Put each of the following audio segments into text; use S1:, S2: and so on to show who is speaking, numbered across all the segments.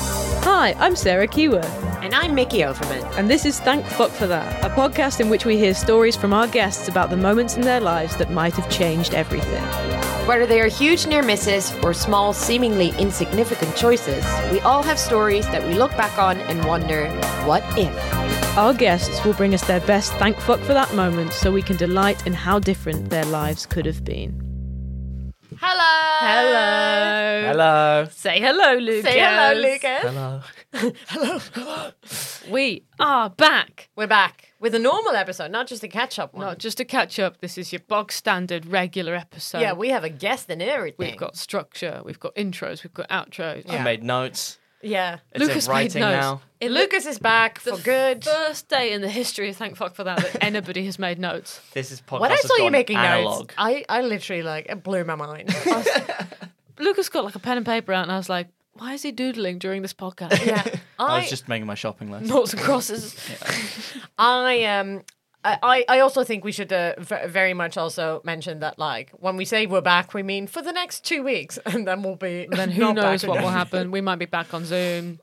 S1: Hi, I'm Sarah Kewer,
S2: And I'm Mickey Overman.
S1: and this is Thank Fuck for That, a podcast in which we hear stories from our guests about the moments in their lives that might have changed everything.
S2: Whether they are huge near misses or small, seemingly insignificant choices, we all have stories that we look back on and wonder, what if?
S1: Our guests will bring us their best Thank Fuck for That moment so we can delight in how different their lives could have been.
S2: Hello!
S1: Hello!
S3: Hello.
S1: Say hello, Lucas.
S2: Say hello, Lucas.
S3: Hello.
S1: We are back.
S2: We're back with a normal episode, not just a catch up one.
S4: Not just to catch up, this is your bog standard regular episode.
S2: yeah, we have a guest and everything.
S4: have got structure, we've got intros, we've got outros.
S3: I made notes.
S2: Yeah.
S3: It's in
S4: Lucas made
S3: writing
S4: notes.
S3: now.
S4: It looked
S2: Lucas is back for good.
S4: first day in the history of thank fuck for that that anybody has made notes.
S3: This is podcast.
S2: When I
S3: has
S2: saw you
S3: gone
S2: making
S3: analog.
S2: notes, I, I literally like it blew my mind.
S4: Lucas got like a pen and paper out and I was like, why is he doodling during this podcast?
S2: yeah,
S3: I was just making my shopping list.
S4: Noughts and crosses.
S2: I um I, I also think we should uh, v- very much also mention that like when we say we're back we mean for the next two weeks and then we'll be
S4: Then who
S2: not
S4: knows
S2: back
S4: what will
S2: again.
S4: happen? We might be back on Zoom.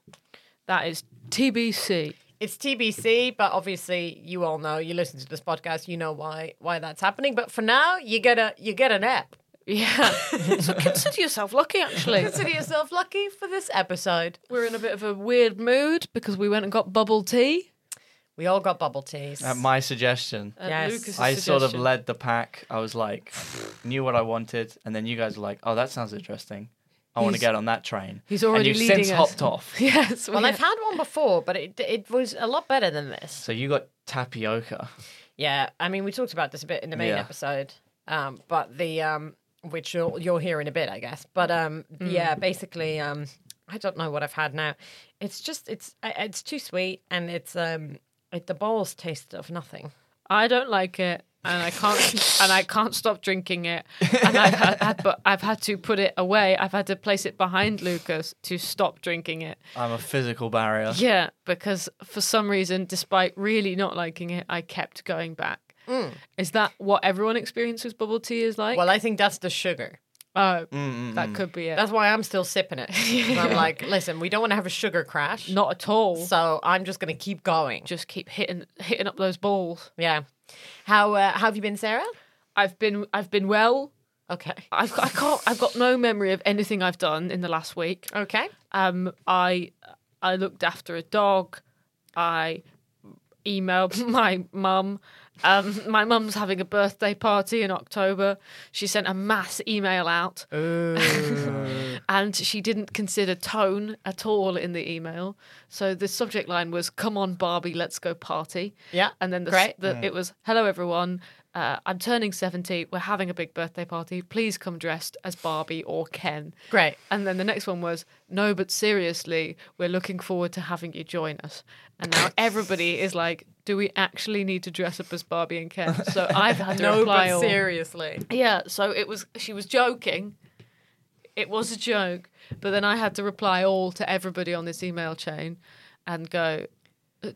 S4: That is TBC.
S2: it's TBC but obviously you all know you listen to this podcast you know why why that's happening but for now you get a you get an app
S4: Yeah. so consider yourself lucky, actually.
S2: consider yourself lucky for this episode
S4: We're in a bit of a weird mood because we went and got bubble tea.
S2: we all got bubble teas
S4: Uh,
S3: At my suggestion,
S4: at
S2: Yes.
S4: Lucas's
S3: I sort of
S4: Uh, suggestion.
S3: led the pack. I was like, knew what I wanted, and then you guys were like, "Oh, that sounds interesting. I want to
S4: He's-
S3: get on that train."
S4: he's already
S3: and you've
S4: leading
S3: since
S4: us.
S3: hopped off.
S4: Yes.
S2: well
S4: we-
S2: I've had one before but it it was a lot better than this
S3: So you got tapioca.
S2: Yeah, I mean, we talked about this a bit in the main
S3: Yeah.
S2: episode, um, but the um, which you'll you'll hear in a bit, I guess. But um, yeah, basically, um, I don't know what I've had now. It's just it's I- it's too sweet, and it's um, it, the bowls taste of nothing.
S4: I don't like it, and I can't, and I can't stop drinking it. And I've had, had- but I've had to put it away. I've had to place it behind Lucas to stop drinking it.
S3: I'm a physical barrier.
S4: Yeah, because for some reason, despite really not liking it, I kept going back. Is that what everyone experiences bubble tea is like?
S2: Mm. Well, I think that's the sugar.
S4: oh,
S3: Mm,
S4: that could be it.
S2: That's why I'm still sipping it. And I'm like, listen, we don't want to have a sugar crash,
S4: not at all.
S2: so I'm just gonna keep going.
S4: Just keep hitting hitting up those balls.
S2: Yeah. How uh, how have you been, Sarah?
S4: I've been I've been well.
S2: Okay.
S4: I've got, I can't. I've got no memory of anything I've done in the last week.
S2: Okay.
S4: Um, I I looked after a dog. I emailed my mum. Um, my mum's having a birthday party in October. She sent a mass email out, and she didn't consider tone at all in the email. So the subject line was "Come on, Barbie, let's go party."
S2: Yeah,
S4: and then the,
S2: great.
S4: the it was "Hello, everyone." Uh, I'm turning 70. We're having a big birthday party. Please come dressed as Barbie or Ken.
S2: Great.
S4: And then the next one was, no, but seriously, we're looking forward to having you join us. And now everybody is like, do we actually need to dress up as Barbie and Ken? So I've had to
S2: No,
S4: reply
S2: but
S4: all-
S2: seriously.
S4: Yeah, so it was, she was joking. It was a joke. But then I had to reply all to everybody on this email chain and go, uh,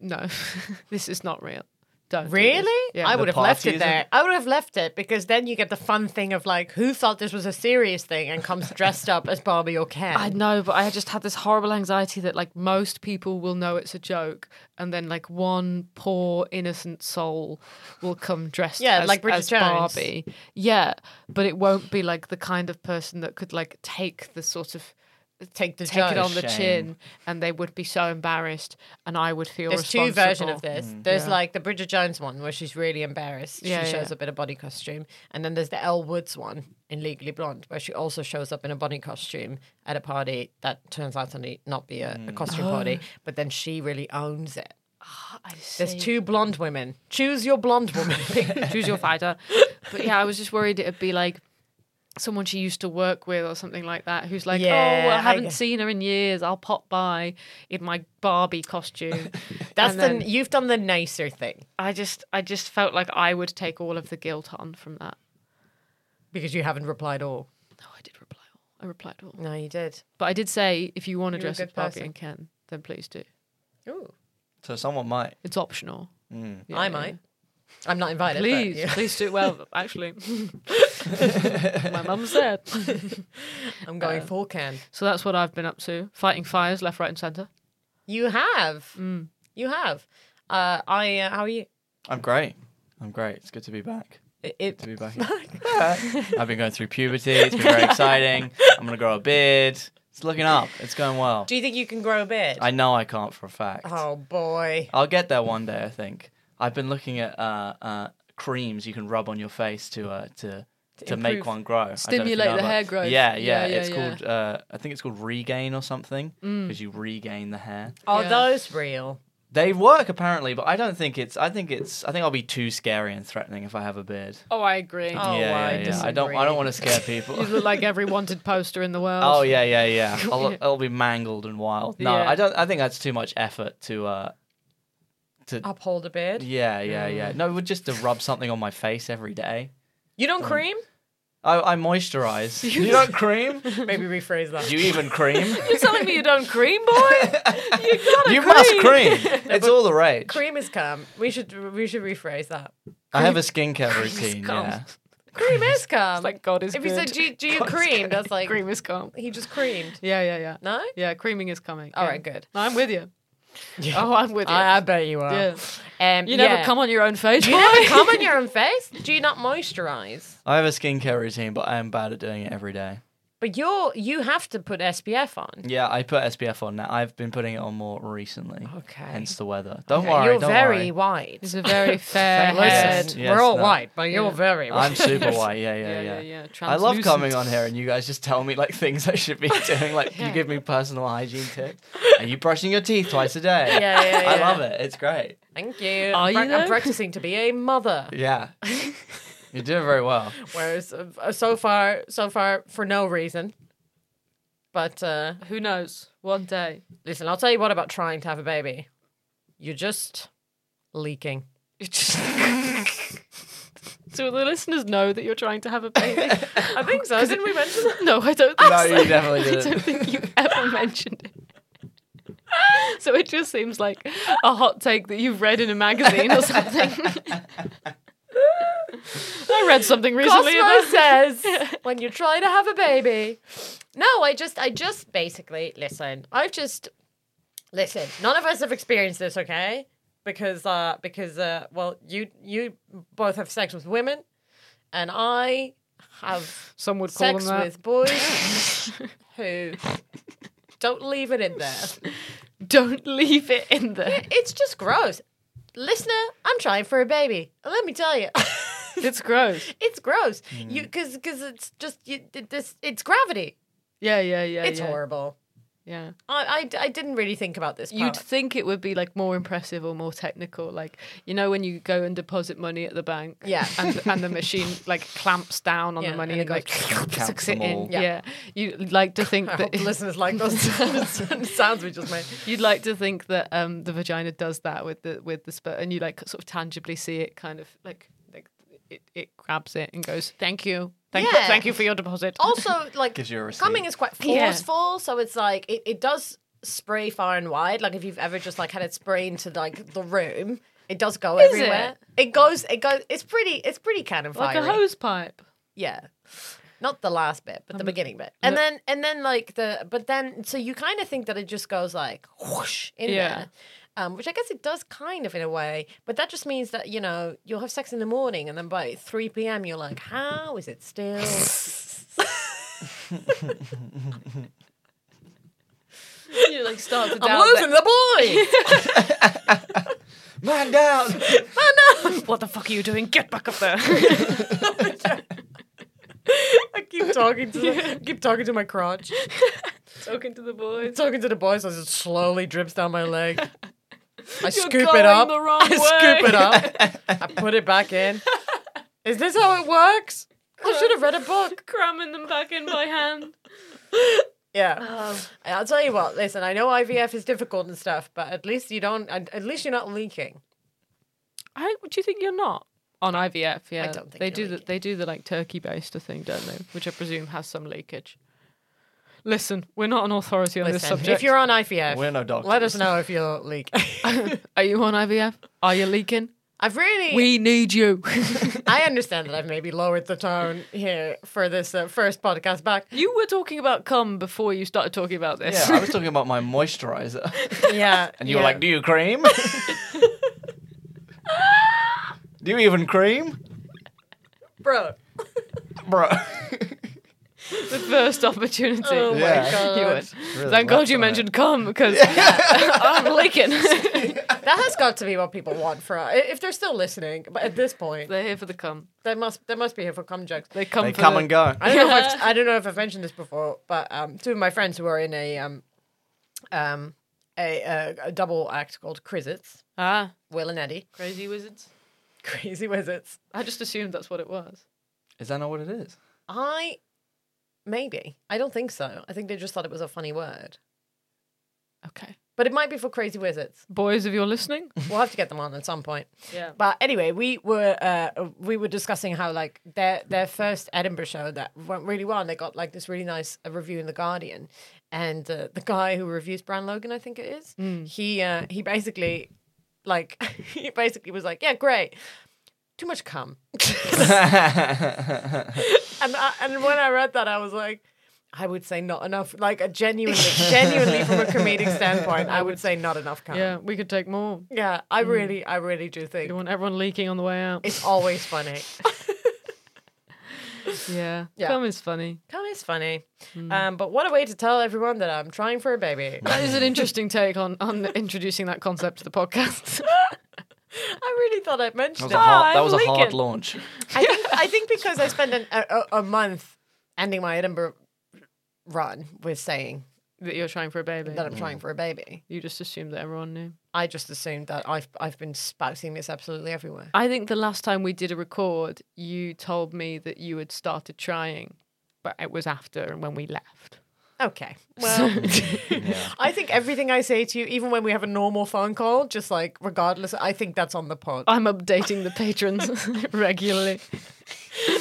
S4: no, this is not real. Don't. do this."
S2: Really?
S4: Yeah.
S2: I
S3: The
S2: would have left
S3: party
S2: it
S3: isn't-
S2: there. I would have left it because then you get the fun thing of like who thought this was a serious thing and comes dressed up as Barbie or Ken.
S4: I know, but I just had this horrible anxiety that like most people will know it's a joke, and then like one poor innocent soul will come dressed
S2: Yeah,
S4: as,
S2: like Bridget
S4: as
S2: Jones.
S4: Barbie. Yeah, but it won't be like the kind of person that could like take the sort of
S2: Take the
S4: take
S2: joke.
S4: it on the
S3: Shame.
S4: chin, and they would be so embarrassed, and I would feel
S2: There's two versions of
S4: responsible.
S2: this. There's
S4: Yeah.
S2: like the Bridget Jones one where she's really embarrassed.
S4: Yeah,
S2: she
S4: yeah.
S2: shows up in a body costume, and then there's the Elle Woods one in Legally Blonde where she also shows up in a body costume at a party that turns out to ne- not be a, a costume party, but then she really owns it.
S4: I
S2: There's
S4: see.
S2: two blonde women. Choose your blonde woman.
S4: choose your fighter. But yeah, I was just worried it'd be like someone she used to work with or something like that who's like,
S2: Yeah,
S4: oh, well,
S2: I
S4: I haven't
S2: get-
S4: seen her in years. I'll pop by in my Barbie costume.
S2: That's
S4: And
S2: the
S4: then-
S2: you've done the nicer thing.
S4: I just, I just felt like I would take all of the guilt on from that.
S2: Because you haven't replied all.
S4: No, I did reply all. I replied all.
S2: No, you did.
S4: But I did say, if you want to
S2: You're a
S4: dress
S2: good
S4: as Barbie
S2: person.
S4: and Ken, then please do.
S2: Ooh,
S3: So someone might.
S4: It's optional. Yeah,
S2: I
S4: yeah,
S2: might. I'm not invited.
S4: yeah.
S2: but
S4: Please,
S2: yeah.
S4: please do. Well, actually, My mum's dead.
S2: I'm going
S4: Uh,
S2: full can.
S4: So that's what I've been up to. Fighting fires left, right, and centre.
S2: You have.
S4: Mm.
S2: You have. Uh, I. Uh, how are you?
S3: I'm great. I'm great. It's good to be back.
S2: It, it-
S3: To be back. I've been going through puberty. It's been very exciting. I'm gonna grow a beard. It's looking up. It's going well.
S2: do you think you can grow a beard?
S3: I know I can't for a fact.
S2: oh boy.
S3: I'll get there one day. I think. I've been looking at uh, uh, creams you can rub on your face to uh, to. To make
S2: improve-
S3: one grow, I don't know if you
S4: Stimulate
S3: know
S4: the
S3: about-
S4: hair growth.
S3: Yeah,
S4: Yeah,
S3: yeah,
S4: yeah,
S3: it's
S4: yeah.
S3: called. Uh, I think it's called regain or something, because you regain the hair.
S2: Are
S4: Yeah.
S2: those real?
S3: They work apparently, but I don't think it's. I think it's. I think I'll be too scary and threatening if I have a beard.
S4: Oh, I agree.
S2: Oh,
S3: yeah,
S2: I
S3: yeah, yeah. I don't. I
S2: disagree.
S3: don't want to scare
S4: You
S3: people.
S4: look like every wanted poster in the world.
S3: oh yeah, yeah, yeah. I'll, I'll be mangled and wild. No,
S4: Yeah.
S3: I don't. I think that's too much effort to. uh
S2: Uphold a beard.
S3: Yeah, yeah, yeah. No, it would just to rub something on my face every day.
S2: You don't cream?
S3: I, I moisturize. you don't cream.
S2: Maybe rephrase that.
S3: You even cream.
S4: You're telling me you don't cream, boy? You gotta
S3: you must cream. It's all the rage.
S2: cream is cum. We should we should rephrase that.
S3: I have a skincare routine.
S4: cum.
S3: Yeah.
S2: Cream is cum.
S4: Like God is
S2: if you
S4: good.
S2: said do you, do you cream, that's like
S4: cream is come.
S2: he just creamed.
S4: Yeah, yeah, yeah.
S2: No?
S4: Yeah, creaming is coming.
S2: All
S4: yeah.
S2: right, good.
S4: No, I'm with you. Oh, I'm with you.
S2: bet you are.
S4: yeah.
S2: Um,
S4: You never
S2: yeah.
S4: come on your own face.
S2: You never come on your own face. Do you not moisturize?
S3: I have a skincare routine, but I am bad at doing it every day.
S2: But you're you have to put SPF on.
S3: Yeah, I put SPF on now. I've been putting it on more recently.
S2: Okay.
S3: Hence the weather. Don't
S2: Okay,
S3: worry.
S2: You're
S3: don't
S2: very
S3: worry.
S2: white.
S4: It's a very fair
S3: Thank you.
S4: head.
S2: Listen,
S3: Yes,
S2: we're all
S3: no.
S2: white, but you're very white.
S3: I'm super white. Yeah, yeah, yeah.
S4: yeah, yeah.
S3: I love coming
S4: Translucent.
S3: on here and you guys just tell me like things I should be doing. Like
S4: Yeah.
S3: you give me personal hygiene tips. Are you brushing your teeth twice a day?
S2: Yeah, yeah,
S3: I
S2: yeah.
S3: love it. It's great.
S2: Thank you.
S4: Are
S2: I'm,
S4: you
S2: I'm
S4: though?
S2: practicing to be a mother.
S3: Yeah. You're doing very well.
S2: Whereas uh, so far, so far for no reason. But uh,
S4: Who knows? One day.
S2: listen, I'll tell you what about trying to have a baby. You're just leaking.
S4: Do the listeners know that you're trying to have a baby?
S2: I think so. Didn't we mention that?
S4: no, I don't think
S3: No,
S4: so.
S3: you definitely didn't.
S4: I don't think you ever mentioned it. So it just seems like a hot take that you've read in a magazine or something. I read something recently
S2: Cosmo
S4: about
S2: says when you try to have a baby. No, I just, I just basically listen. I've just listen. None of us have experienced this, okay? Because, uh, because, uh, well, you, you both have sex with women, and I have
S4: some would call
S2: sex
S4: them that.
S2: with boys who don't leave it in there.
S4: Don't leave it in there.
S2: It's just gross. Listener, I'm trying for a baby. Let me tell you.
S4: It's gross.
S2: It's gross.
S4: Mm-hmm.
S2: You because because it's just you, it- this. It's gravity.
S4: Yeah, yeah, yeah.
S2: It's
S4: Oh, yeah.
S2: horrible.
S4: Yeah.
S2: I, I I didn't really think about this. Part.
S4: You'd think it would be like more impressive or more technical, like you know when you go and deposit money at the bank,
S2: Yeah.
S4: and, and the machine like clamps down on
S2: Yeah,
S4: the money
S2: and
S4: and,
S2: it
S4: like sucks
S3: Counts
S4: it
S3: them
S4: in.
S3: all.
S4: Yeah.
S2: Yeah.
S4: you like to think
S2: I
S4: that
S2: hope the listeners like those sounds, sounds we just made.
S4: you'd like to think that um, the vagina does that with the with the sperm, and you like sort of tangibly see it, kind of like like it, it grabs it and goes, "Thank you, thank you,
S2: Yeah.
S4: thank you for your deposit."
S2: Also, like
S3: Gives you a receipt.
S2: coming is quite
S4: Yeah.
S2: forceful, so it's like it, it does spray far and wide. Like if you've ever just like had it spray into like the room, it does go
S4: Is
S2: everywhere. It? goes. It goes. It's pretty. It's pretty cannon
S4: like
S2: fiery.
S4: a hose pipe.
S2: Yeah. Not the last bit, but the beginning bit. And
S4: no-
S2: then and then like the but then so you kind of think that it just goes like whoosh in
S4: Yeah.
S2: there. Um, which I guess it does kind of in a way, but that just means that, you know, you'll have sex in the morning and then by 3 p.m. you're like, how is it still?
S4: You like start to
S2: I'm losing the
S3: Man down.
S4: boy. Oh, What the fuck are you doing? Get back up there.
S2: boy! I keep talking to the, I keep talking to my crotch.
S4: Talking to the boys.
S2: Talking to the boys as it slowly drips down my leg. I
S4: You're
S2: scoop
S4: going
S2: it up.
S4: the wrong
S2: I
S4: way.
S2: scoop it up. I put it back in. Is this how it works? I should have read a book.
S4: Cramming them back in by hand.
S2: Yeah.
S4: Um.
S2: And I'll tell you what. Listen, I know IVF is difficult and stuff, but at least you don't. At at least you're not leaking.
S4: I do you think you're not on IVF? Yeah,
S2: don't think
S4: they
S2: you're
S4: do the,
S2: leaking.
S4: They do the like turkey baster thing, don't they? Which I presume has some leakage. Listen, we're not an authority on this
S2: Listen,
S4: subject.
S2: if you're on IVF,
S3: We're no doctors.
S2: let us know if you're leaking.
S4: Are you on IVF? Are you leaking?
S2: I've really
S4: We need you.
S2: I understand that I've maybe lowered the tone here for this uh, first podcast back.
S4: you were talking about cum before you started talking about this.
S3: Yeah, I was talking about my moisturizer.
S2: Yeah.
S3: And you
S2: yeah.
S3: were like, Do you cream? Do you even cream?
S2: bro.
S3: Bro.
S4: the first opportunity.
S2: Oh
S3: Yeah.
S2: my god.
S4: You went. Thank God you mentioned cum because I'm licking.
S2: That has got to be what people want for us. If they're still listening, but at this point,
S4: They're here for the cum.
S2: they must they must be here for cum jokes.
S4: They come.
S3: They
S4: for
S3: come
S4: the-
S3: and go.
S2: I don't know if I've, I don't know if I've mentioned this before, but um, two of my friends who are in a um, um, a, a, a double act called Crizzits,
S4: Ah,
S2: Will and Eddie,
S4: crazy wizards.
S2: Crazy Wizards.
S4: I just assumed that's what it was.
S3: Is that not what it is?
S2: I maybe I don't think so. I think they just thought it was a funny word,
S4: Okay.
S2: but it might be for Crazy Wizards.
S4: Boys, if you're listening.
S2: We'll have to get them on at some point.
S4: Yeah.
S2: But anyway, we were uh, we were discussing how like their their first Edinburgh show that went really well, and they got like this really nice uh, review in the Guardian. And uh, the guy who reviews Bran Logan, I think it is,
S4: Hmm.
S2: he uh, he basically like he basically was like, yeah, great, too much cum. and I, and when I read that, I was like. I would say not enough. Like a genuinely, genuinely from a comedic standpoint, I would say not enough cum.
S4: Yeah, we could take more.
S2: Yeah, I really, I really do think
S4: You want everyone leaking on the way out.
S2: it's always funny.
S4: Yeah.
S2: Yeah.
S4: Cum is funny.
S2: Cum is funny.
S4: Hmm.
S2: Um, but what a way to tell everyone that I'm trying for a baby.
S4: That is an interesting take on, on introducing that concept to the podcast.
S2: I really thought I'd
S3: That
S2: mention
S3: was
S2: it.
S3: a hard, that
S4: I'm
S3: was a hard
S4: Lincoln.
S3: launch.
S2: I think, I think because I spent an, a, a- a month ending my Edinburgh run with saying
S4: that you're trying for a baby.
S2: that I'm
S3: Hmm.
S2: trying for a baby.
S4: You just assumed that everyone knew.
S2: I just assumed that I've I've been spouting this absolutely everywhere.
S4: I think the last time we did a record, you told me that you had started trying, but it was after when we left.
S2: Okay. Well, I think everything I say to you, even when we have a normal phone call, just like regardless, I think that's on the pod.
S4: I'm updating the patrons regularly.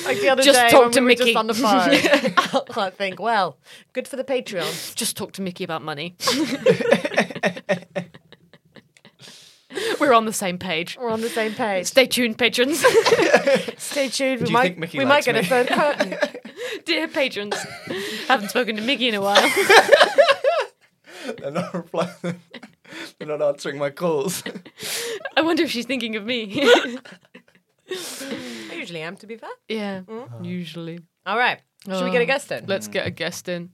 S2: Like the other
S4: Just
S2: day
S4: talk
S2: when
S4: to
S2: we were
S4: Mickey.
S2: just on the phone, I think, well, good for the Patreon.
S4: Just talk to Mickey about money. We're on the same page.
S2: We're on the same page.
S4: Stay tuned, patrons.
S2: Stay tuned. We
S3: you
S2: might
S3: think Mickey
S2: we might
S3: likes
S2: get a
S3: me?
S2: third curtain.
S4: Dear patrons, haven't spoken to Mickey in a while.
S3: They're not replying. They're not answering my calls.
S4: I wonder if she's thinking of me.
S2: I usually am, to be fair.
S4: yeah,
S2: Mm.
S4: usually.
S2: All right. Should we get a guest in?
S4: Let's get a guest in.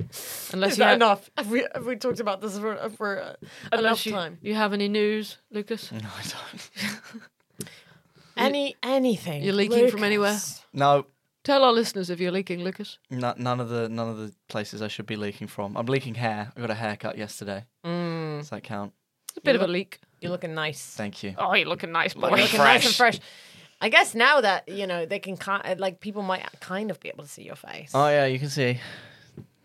S4: Unless
S2: Mm. Is
S4: you
S2: that
S4: have,
S2: enough? Have we, have we talked about this for, for uh, enough
S4: unless you,
S2: time?
S4: you have any news, Lucas?
S3: No, I don't.
S2: Any anything?
S4: You're leaking from anywhere?
S3: No,
S4: Tell our listeners if you're leaking, Lucas.
S3: no, none of the none of the places I should be leaking from. I'm leaking hair. I got a haircut yesterday. Does that count?
S4: It's a bit of a leak.
S2: Mm, You're looking nice.
S3: Thank you.
S4: Oh, you're looking nice, boy.
S2: You're looking nice and fresh. I guess now that you know they can kind like people might kind of be able to see your face.
S3: Oh yeah, you can see.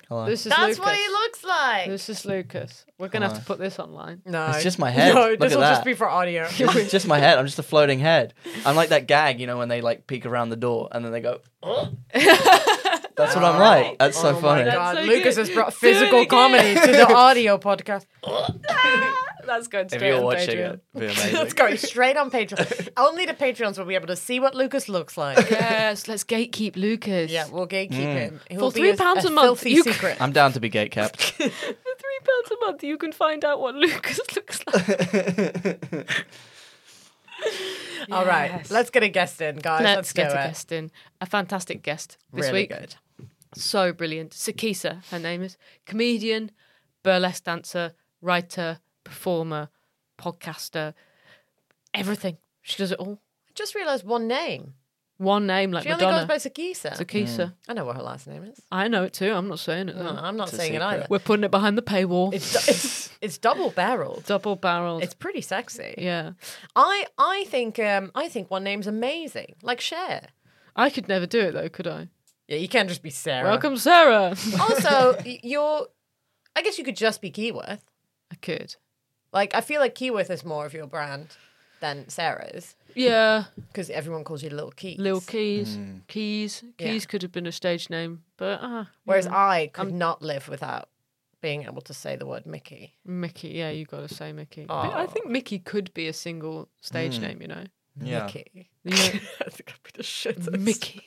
S3: Hello.
S4: This is
S2: That's
S4: Lucas.
S2: what he looks like.
S4: This is Lucas. We're gonna have
S3: Hello.
S4: to put this online.
S2: no,
S3: It's just my head.
S2: No,
S3: Look
S2: this
S3: at
S2: will just
S3: that.
S2: be for audio. Oh
S3: This is just my head. I'm just a floating head. I'm like that gag, you know, when they like peek around the door and then they go. "Oh." That's what I'm like. That's so
S2: oh
S3: funny.
S2: my god,
S4: so
S2: Lucas
S4: good.
S2: has brought
S4: Do it
S2: physical
S4: again.
S2: comedy to the audio podcast.
S4: That's going straight
S3: If you're
S4: on
S3: watching
S4: Patreon.
S3: it, it'd be
S2: Let's
S3: amazing.
S2: go straight on Patreon. Only the Patreons will be able to see what Lucas looks like.
S4: Yes, let's gatekeep Lucas.
S2: Yeah, we'll gatekeep him. He'll
S4: For
S2: be
S4: three pounds a month,
S2: filthy
S4: you c-
S2: secret.
S3: I'm down to be gate kept.
S4: For three pounds a month, you can find out what Lucas looks like.
S2: All right,
S4: Yes.
S2: let's get a guest in, guys. Let's,
S4: Let's get a
S2: do it.
S4: guest in. A fantastic guest this
S2: Really
S4: week.
S2: good.
S4: So brilliant. Sakisa, her name is. Comedian, burlesque dancer, writer, performer, podcaster, everything. She does it all.
S2: I just realised one name.
S4: One name like
S2: She
S4: Madonna.
S2: only goes by Sakisa.
S4: Sakisa.
S3: Hmm.
S2: I know what her last name is.
S4: I know it too. I'm not saying it.
S2: No,
S4: though.
S2: I'm not
S3: It's a
S2: saying it
S3: secret.
S2: either.
S4: We're putting it behind the paywall.
S2: It's, du- it's it's double barreled.
S4: double barreled.
S2: It's pretty sexy.
S4: yeah.
S2: I I think um I think one name's amazing. Like Cher.
S4: I could never do it though, could I?
S2: Yeah, you can't just be Sarah.
S4: Welcome, Sarah.
S2: Also, y- you're. I guess you could just be Keyworth.
S4: I could.
S2: Like I feel like Keyworth is more of your brand than Sarah's
S4: Yeah.
S2: because everyone calls you Little Keys.
S4: Lil Keys. Keys.
S2: Yeah.
S4: Keys could have been a stage name, but ah.
S2: Whereas
S4: yeah.
S2: I could not live without being able to say the word Mickey.
S4: Mickey. Yeah, you got to say Mickey. But I
S2: Oh.
S4: think Mickey could be a single stage name, you know?
S3: Yeah.
S2: Mickey.
S4: Yeah.
S2: That's gonna be the shit.
S4: Mickey.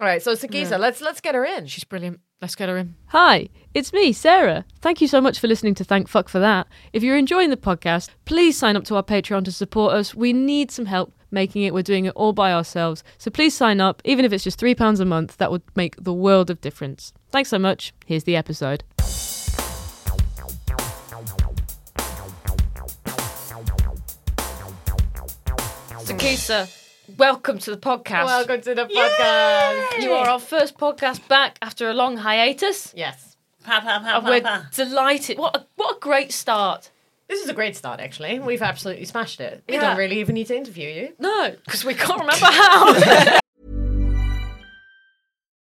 S2: All right, so Sagisa, let's let's get her in.
S4: She's brilliant. Let's get her in.
S1: Hi, it's me, Sarah. Thank you so much for listening to Thank Fuck for That. If you're enjoying the podcast, please sign up to our Patreon to support us. We need some help making it. We're doing it all by ourselves. So please sign up, even if it's just £3 a month, that would make the world of difference. Thanks so much. Here's the episode.
S4: Sakisa, welcome to the podcast.
S2: Welcome to the podcast.
S4: You are our first podcast back after a long hiatus.
S2: Yes.
S4: And we're delighted. What a, what a great start.
S2: This is a great start, actually. We've absolutely smashed it. We
S4: Yeah.
S2: don't really even need to interview you.
S4: No, because we can't remember how.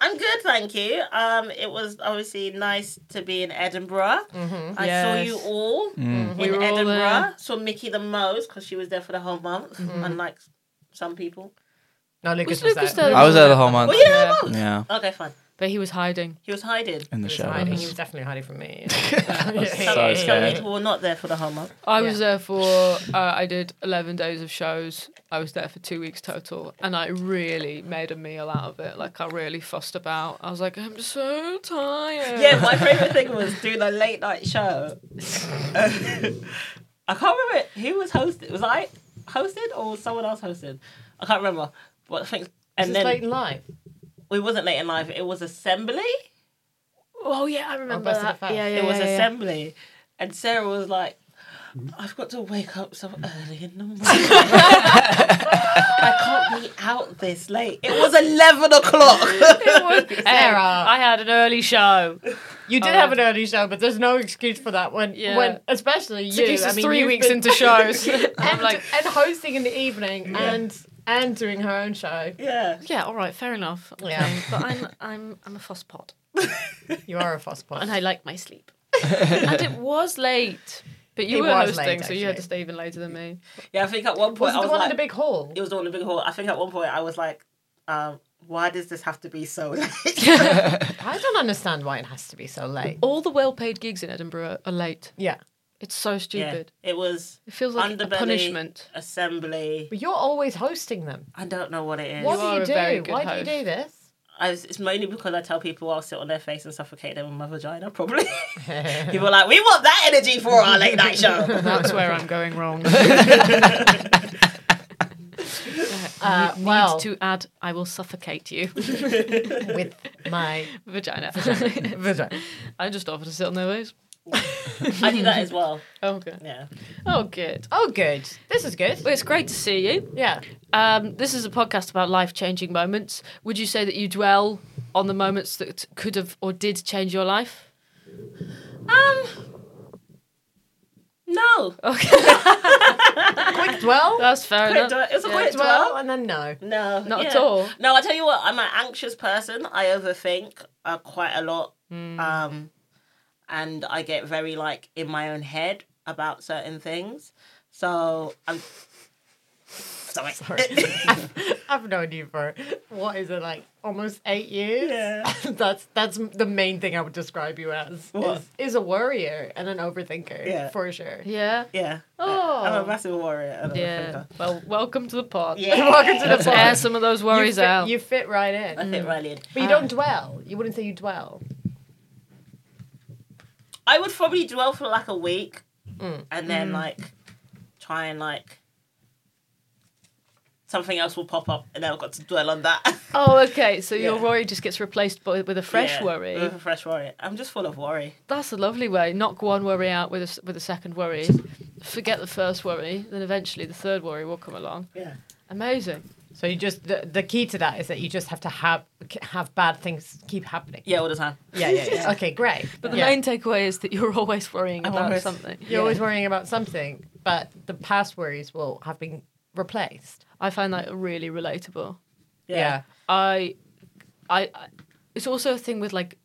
S5: I'm good, thank you. Um, it was obviously nice to be in Edinburgh. I
S2: Yes.
S5: saw you all in
S4: were all
S5: Edinburgh.
S4: there.
S5: Saw Mickey the most because she was there for the whole month, unlike some people.
S2: No, Lucas
S4: Was
S2: was,
S4: Lucas
S2: there.
S4: there?
S3: I was there the whole month.
S5: Well, Oh, yeah, the month.
S3: Yeah.
S5: Okay, fine.
S4: but he was hiding.
S5: He was hiding.
S3: In the
S2: He was hiding. He
S3: shadows.
S2: was definitely hiding from me.
S3: So
S5: Some
S3: scared.
S5: people were not there for the whole month.
S4: I was there for, uh, I did 11 days of shows. I was there for two weeks total. And I really made a meal out of it. Like, I really fussed about. I was like, I'm so tired.
S5: Yeah, my favorite thing was doing a late night show. I can't remember who was hosted. Was I hosted or was someone else hosted? I can't remember. But I think, and
S2: It's
S5: then
S2: late in life.
S5: we wasn't late in life. It was assembly.
S4: Oh, yeah, I remember
S2: Busted
S4: that.
S2: Fat.
S4: Yeah, yeah,
S5: it was
S4: yeah, yeah.
S5: assembly, and Sarah was like, "I've got to wake up so early in the morning. I can't be out this late." It was eleven o'clock.
S2: Sarah.
S4: I had an early show. Oh,
S2: You did have an early show, but there's no excuse for that when,
S4: Yeah.
S2: when especially you.
S4: Sagisa's
S2: I mean,
S4: three
S2: you've
S4: weeks
S2: been-
S4: into shows.
S2: and,
S4: I'm like,
S2: and hosting in the evening and and doing her own show.
S5: yeah,
S4: yeah, all right, fair enough. Okay.
S2: Yeah.
S4: But I'm, I'm, I'm a fuss pot.
S2: You are a fosspot.
S4: And I like my sleep. and it was late. But you
S2: It
S4: were
S2: was
S4: hosting,
S2: late,
S4: so you had
S2: actually.
S4: to stay even later than me.
S5: yeah. I think at one
S2: was
S5: point I
S2: it the
S5: was
S2: one
S5: like,
S2: in the big hall?
S5: "It was the one in the big hall." I think at one point I was like, um, "Why does this have to be so late?"
S2: I don't understand why it has to be so late.
S4: All the well-paid gigs in Edinburgh are late.
S2: Yeah.
S4: It's so
S5: yeah,
S4: stupid.
S5: it was.
S4: It feels like a
S5: Underbelly,
S4: punishment.
S5: Assembly.
S2: But you're always hosting them.
S5: I don't know what it is.
S2: What
S4: are a
S2: do
S4: very
S2: you do?
S4: good
S2: Why
S4: host.
S2: do you do this?
S5: I was, it's mainly because I tell people I'll sit on their face and suffocate them with my vagina, probably. people are like, we want that energy for our late night show.
S4: That's where I'm going wrong.
S2: Uh,
S4: Need
S2: well,
S4: to add, I will suffocate you,
S2: with my
S4: vagina.
S2: vagina.
S4: I just offered to sit on their waist.
S5: I do that as well.
S4: Okay.
S5: Yeah.
S4: Oh, good.
S2: Oh, good. This is good.
S4: Well, it's great to see you.
S2: Yeah.
S4: Um, this is a podcast about life-changing moments. Would you say that you dwell on the moments that could have or did change your life?
S5: Um. No.
S4: Oh,
S2: Quick dwell,
S4: That's fair
S5: Quick
S4: enough.
S5: dwell- It's a quick
S2: dwell,
S5: dwell.
S2: and then no.
S5: No.
S4: Not at
S5: yeah.
S4: all.
S5: No, I tell you what, I'm an anxious person. I overthink uh, quite a lot.
S4: Hmm.
S5: Um, and I get very like in my own head about certain things. So I'm. Sorry. Sorry.
S2: I've known you for what is it like almost eight years?
S5: Yeah.
S2: that's that's the main thing I would describe you as
S5: What?
S2: is, is a worrier and an overthinker
S5: Yeah.
S2: for sure.
S4: Yeah.
S5: yeah.
S4: Oh.
S5: Uh, I'm a massive warrior. and an
S4: yeah.
S5: overthinker.
S4: Well, welcome to the pod.
S5: Yeah.
S4: Let's air some of those
S2: You
S4: worries
S2: fit,
S4: out. Mm.
S2: you fit right in,
S5: I fit right in.
S2: but you don't dwell. You wouldn't say you dwell.
S5: I would probably dwell for like a week
S4: Mm.
S5: and then like try and like something else will pop up and then I've got to dwell on that.
S4: Oh, okay. So your
S5: Yeah.
S4: worry just gets replaced by, with a fresh
S5: Yeah,
S4: worry.
S5: with a fresh worry. I'm just full of worry.
S4: That's a lovely way. Knock one worry out with a, s- with a second worry. Forget the first worry, then eventually the third worry will come along.
S5: Yeah.
S4: Amazing.
S2: So you just the, the key to that is that you just have to have have bad things keep happening.
S5: Yeah, all the time.
S2: Yeah, yeah, yeah. okay, great.
S4: But the
S2: Yeah.
S4: main takeaway is that you're always worrying
S5: I'm
S4: about
S5: always-
S4: something.
S2: you're always worrying about something, but the past worries will have been replaced.
S4: I find that really relatable.
S5: Yeah.
S4: I, I, I- it's also a thing with like,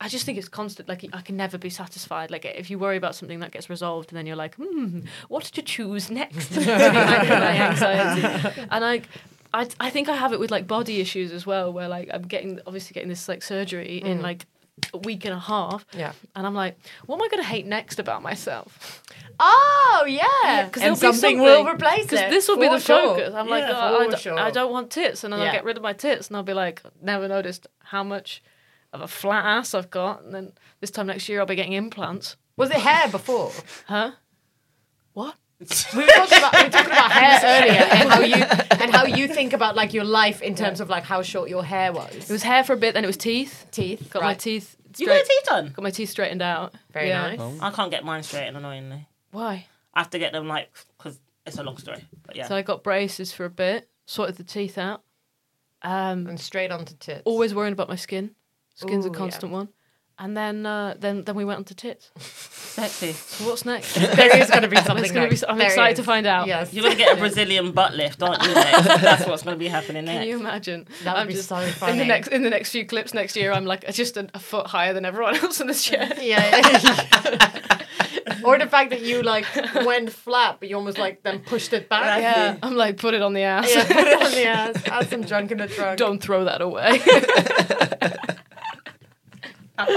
S4: I just think it's constant. Like I can never be satisfied. Like if you worry about something that gets resolved, and then you're like, hmm, what to choose next? My anxiety. And I, I, I think I have it with like body issues as well, where like I'm getting obviously getting this like surgery in like a week and a half.
S2: Yeah.
S4: And I'm like, what am I going to hate next about myself?
S2: Oh yeah,
S4: because
S2: and something will replace it.
S4: Because this will be
S2: For
S4: the
S2: sure.
S4: focus. I'm like,
S2: Yeah,
S4: oh, I,
S2: for
S4: d-
S2: sure.
S4: I don't want tits, and then
S2: Yeah.
S4: I'll get rid of my tits, and I'll be like, never noticed how much of a flat ass I've got, and then this time next year I'll be getting implants.
S2: Was it hair before?
S4: Huh? What?
S2: We were talking about, we were talking about hair earlier and how you and how you think about like your life in terms of like how short your hair was.
S4: It was hair for a bit, then it was teeth.
S2: teeth.
S4: Got my
S2: right.
S4: teeth.
S5: You got your
S4: Straight-
S5: teeth done?
S4: got my teeth straightened out.
S2: Very
S4: Yeah.
S2: nice.
S5: I can't get mine straightened, annoyingly.
S4: Why?
S5: I have to get them like because it's a long story. But yeah,
S4: So I got braces for a bit, sorted the teeth out. Um,
S2: And straight onto tits.
S4: always worrying about my skin. Skin's
S2: Ooh,
S4: a
S2: yeah.
S4: constant one. And then, uh, then, then we went on to tits.
S5: sexy.
S4: So what's next?
S2: there is going to be something.
S4: There's gonna be,
S2: next.
S4: I'm
S2: There
S4: excited
S2: is.
S4: to find out.
S2: Yes.
S5: You're gonna get a Brazilian butt lift, aren't you? Next? That's what's gonna be happening
S4: Can
S5: next.
S4: you imagine?
S2: That would
S4: I'm
S2: be
S4: just-
S2: so
S4: In
S2: funny.
S4: the next in the next few clips next year, I'm like just a, a foot higher than everyone else in this chair.
S2: Yeah. or the fact that you like went flat, but you almost like then pushed it back.
S4: Yeah, I'm like put it on the ass.
S2: Yeah, put it on the ass. Add some junk in the trunk.
S4: Don't throw that away.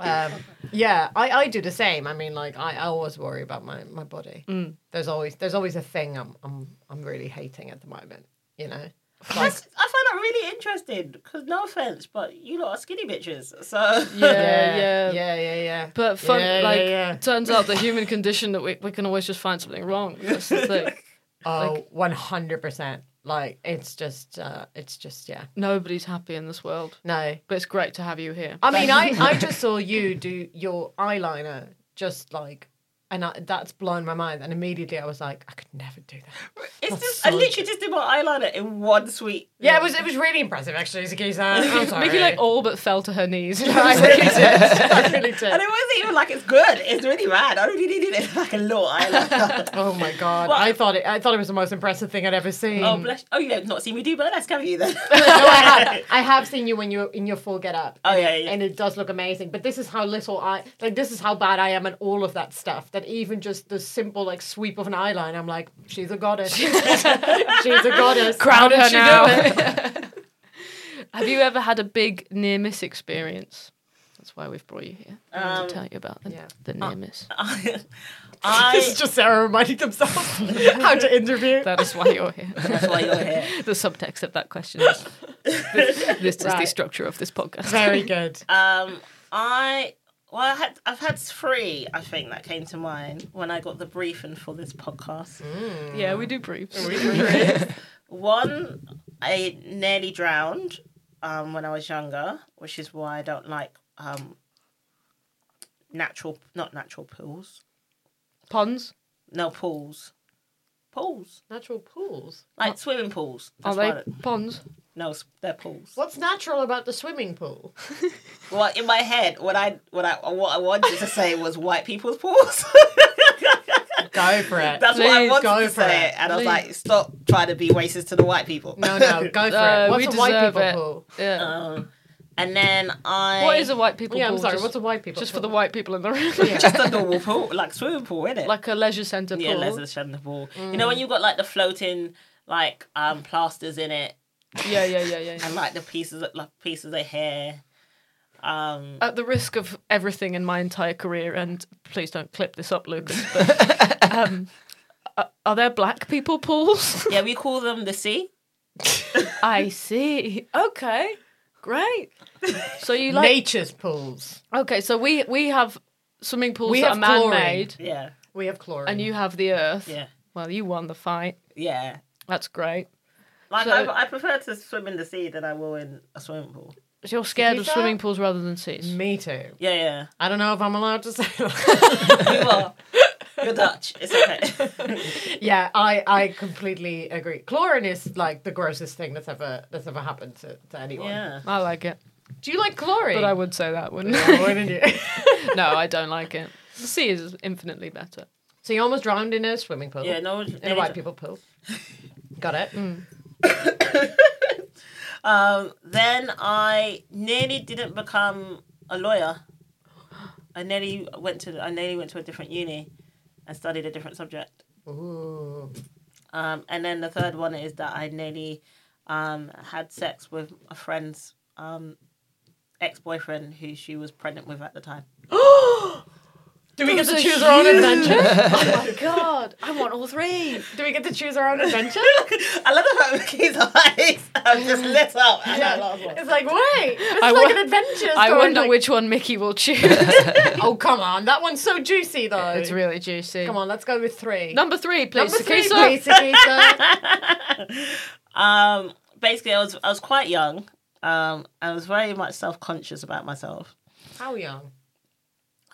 S2: Um, yeah, I, I do the same. I mean, like I, I always worry about my, my body.
S4: Mm.
S2: There's always there's always a thing I'm I'm I'm really hating at the moment. You know, like
S5: That's- I find that really interesting because no offense, but you lot are skinny bitches. So
S4: yeah, yeah,
S2: yeah, yeah, yeah.
S4: But fun,
S2: Yeah, yeah,
S4: like
S2: yeah.
S4: turns out the human condition that we, we can always just find something wrong. That's the thing.
S2: Oh, one hundred percent. Like it's just uh, it's just yeah.
S4: Nobody's happy in this world,
S2: No,
S4: but it's great to have you here.
S2: I mean, I, I just saw you do your eyeliner just like, and I, that's blown my mind. And immediately I was like, I could never do that.
S5: it's just I literally just did my eyeliner in one sweep.
S2: Yeah, it was it was really impressive actually, Sakisa. I'm sorry.
S4: Mickey like all but fell to her knees.
S2: I really did. I really
S5: And
S2: did.
S5: it wasn't even like it's good. It's really bad. I really did it like a little eyeliner.
S2: Oh my god!
S5: Well-
S2: I thought it. I thought it was the most impressive thing I'd ever seen.
S5: oh bless. Oh, you have not seen me do burlesque, have you? Then.
S2: No, I have. I have seen you when you're in your full get up.
S5: Oh,
S2: and
S5: yeah,
S2: it-
S5: yeah.
S2: And it does look amazing. But this is how little I like. This is how bad I am at all of that stuff. That even just the simple like sweep of an eyeliner, I'm like, she's a goddess. she's a goddess.
S4: Crown
S2: How did
S4: her
S2: she do
S4: now.
S2: it?
S4: Have you ever had a big near miss experience? That's why we've brought you here I wanted to tell you about the,
S2: Um, yeah. Uh,
S4: the near miss.
S2: This
S5: I.
S2: is just Sarah reminding themselves how to interview.
S4: that is why you're here.
S5: That's why you're here.
S4: the subtext of that question is this is the
S2: Right.
S4: structure of this podcast.
S2: Very good.
S5: Um, I well, I had I've had three. I think that came to mind when I got the briefing for this podcast.
S4: yeah, Mm. we do briefs.
S5: One, I nearly drowned um, when I was younger, which is why I don't like um, natural, not natural pools,
S4: Ponds?
S5: no pools, pools
S2: Natural pools.
S5: like swimming pools.
S4: Are
S5: That's
S4: they
S5: why-
S4: ponds?
S5: No, s- they're pools.
S2: What's natural about the swimming pool?
S5: Well, in my head, what I what I what I wanted to say was white people's pools.
S2: Go for it.
S5: That's what I
S4: Please
S5: wanted
S2: go
S5: to
S2: for
S5: say,
S2: it.
S5: and I was like, stop trying to be racist to the white people.
S2: No, no, go for
S4: Uh,
S2: it.
S4: we
S2: What's a white
S4: deserve
S2: people
S4: it.
S2: pool?
S4: Yeah.
S5: And then I
S4: what is a white people
S2: Uh, Yeah, I'm
S4: pool?
S2: sorry.
S4: Just-
S2: What's a white people?
S4: Just for
S2: pool?
S4: the white people in the room.
S5: just a normal pool, like swimming pool, isn't it?
S4: like a leisure centre pool.
S5: yeah, leather shandon pool. You know
S2: Mm.
S5: when you've got like the floating like um plasters in it
S4: yeah, yeah, yeah, yeah.
S5: and like the pieces of like pieces of hair. Um,
S4: At the risk of everything in my entire career, and please don't clip this up, Lucas. But, um, are, are there black people pools?
S5: yeah, we call them the sea.
S4: I see. Okay.
S1: Great. So you like
S2: Nature's pools.
S4: Okay, so we we have swimming pools
S2: We
S4: that
S2: have
S4: are
S2: chlorine.
S4: man-made,
S5: Yeah.
S2: We have chlorine.
S4: and you have the earth.
S5: Yeah.
S4: Well, you won the fight.
S5: Yeah.
S4: That's great.
S5: Like
S4: So-
S5: I, I prefer to swim in the sea than I will in a swimming pool.
S4: So you're scared
S2: you
S4: of
S2: say
S4: swimming
S2: that?
S4: pools rather than seas.
S2: Me too.
S5: Yeah,
S2: I don't know if I'm allowed to say that.
S5: yeah. You are. You're Dutch. It's okay.
S2: yeah, I, I completely agree. Chlorine is like the grossest thing that's ever that's ever happened to, to anyone.
S5: Yeah.
S4: I like it,
S2: Do you like chlorine?
S4: but I would say that wouldn't.
S2: Yeah, why didn't you?
S4: I? no, I don't like it. The sea is infinitely better.
S2: so you almost drowned in a swimming pool.
S5: Yeah. No.
S2: In a white people pool. Got it.
S5: Um, then I nearly didn't become a lawyer. I nearly went to I nearly went to a different uni and studied a different subject.
S2: Ooh.
S5: Um, and then the third one is that I nearly um, had sex with a friend's um, ex boyfriend who she was pregnant with at the time.
S2: Do we get to choose our own adventure?
S4: God, I want all three.
S2: Do we get to choose our own adventure?
S5: I love the fact that Mickey's eyes have just lit up. at that last one.
S2: It's like, wait, it's
S4: I
S2: like
S4: wo-
S2: an adventure.
S4: I
S2: story,
S4: wonder
S2: like-
S4: which one Mickey will choose.
S2: Oh, come on. That one's so juicy, though.
S4: it's really juicy.
S2: Come on, let's go with three.
S4: Number three, please.
S2: Number three,
S4: Sakisa.
S2: please, Sakisa.
S5: Um, basically, I was I was quite young. Um, I was very much self conscious about myself.
S2: How young?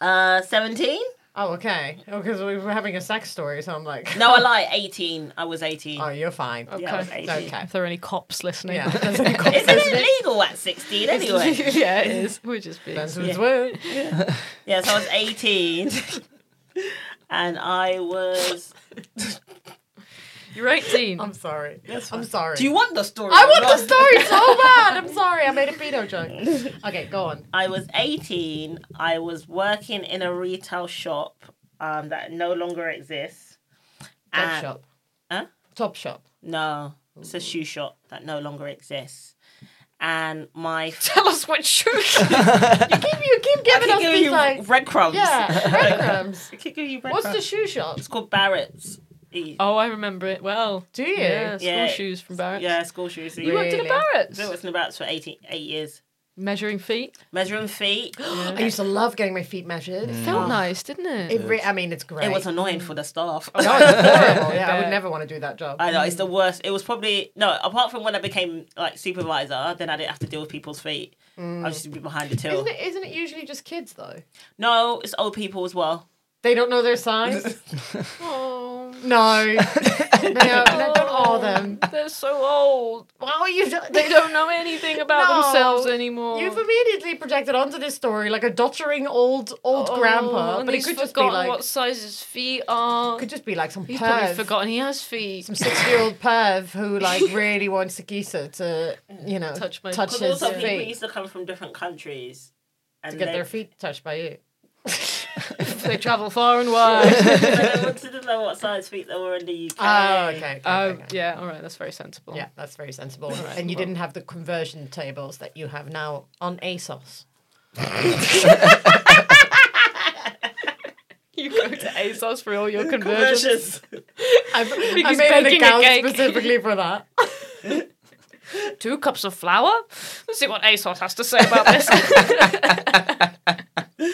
S5: Uh, seventeen.
S2: Oh, okay. Oh, because we were having a sex story, so I'm like,
S5: No, I lie. 18. I was 18.
S2: oh, you're fine. Okay.
S5: Yeah, I was 18.
S2: Okay.
S4: If there are any cops listening.
S2: Yeah.
S5: Isn't it legal at 16 anyway?
S4: yeah, it is. We're just being.
S2: That's what's weird.
S5: yes, I was 18. and I was.
S4: You're 18.
S2: I'm sorry. I'm sorry.
S5: Do you want the story?
S2: I want the story so bad. I'm sorry. I made a pedo joke. Okay, go on.
S5: I was 18. I was working in a retail shop um, that no longer exists.
S2: Top
S5: And-
S2: shop.
S5: Huh?
S2: Top shop.
S5: No, it's a shoe shop that no longer exists. And my.
S4: Tell us what shoes.
S2: Keep you keep giving
S5: I
S2: us
S5: keep
S2: these
S5: giving you
S2: like
S5: breadcrumbs.
S2: yeah breadcrumbs.
S5: I keep giving you breadcrumbs.
S2: What's the shoe shop?
S5: It's called Barrett's. E-
S4: oh, I remember it well.
S2: Do you?
S4: Yeah, school
S5: Yeah.
S4: shoes from Barrett's.
S5: Yeah, school shoes.
S4: You worked in a
S2: Really?
S4: Barrett's.
S5: I was in about for 18, eight years.
S4: Measuring feet.
S5: Measuring feet.
S2: I used to love getting my feet measured.
S4: Felt nice, didn't it?
S2: It re- I mean, it's great.
S5: It was annoying for the staff.
S2: No, it's horrible. yeah, I would
S4: bet.
S2: never want to do that job.
S5: I know it's the worst. It was probably no. Apart from when I became like supervisor, then I didn't have to deal with people's feet. I was just be behind the till.
S2: Mm. Isn't it, isn't it usually just kids though?
S5: No, it's old people as well.
S2: They don't know their size. No, no, no, don't all them.
S4: Oh, They're so old.
S2: Wow, you
S4: They don't know anything about
S2: No.
S4: themselves anymore.
S2: You've immediately projected onto this story like a doddering old old
S4: Oh,
S2: grandpa,
S4: and
S2: but it
S4: he's
S2: could just be
S4: forgotten
S2: like
S4: what size his feet are.
S2: it could just be like some
S4: he's probably
S2: perv,
S4: forgotten he has feet.
S2: some six year old perv who like really wants Sagisa to you know
S4: Touch my-
S2: touch
S5: 'Cause
S2: his
S5: also people
S2: feet
S5: used to come from different countries and
S2: to get
S5: they-
S2: their feet touched by you.
S4: they travel far and wide.
S5: so they wanted to know what size feet they were in the UK.
S2: Oh, okay. okay,
S4: Oh,
S2: okay.
S4: yeah. All right. That's very sensible.
S2: Yeah, that's very sensible. and you didn't have the conversion tables that you have now on ASOS.
S4: You go to ASOS for all your conversions.
S5: Versions.
S2: I've, I
S4: Because
S2: made an
S4: baking a
S2: account
S4: cake.
S2: specifically for that.
S4: Two cups of flour? Let's see what ASOS has to say about this.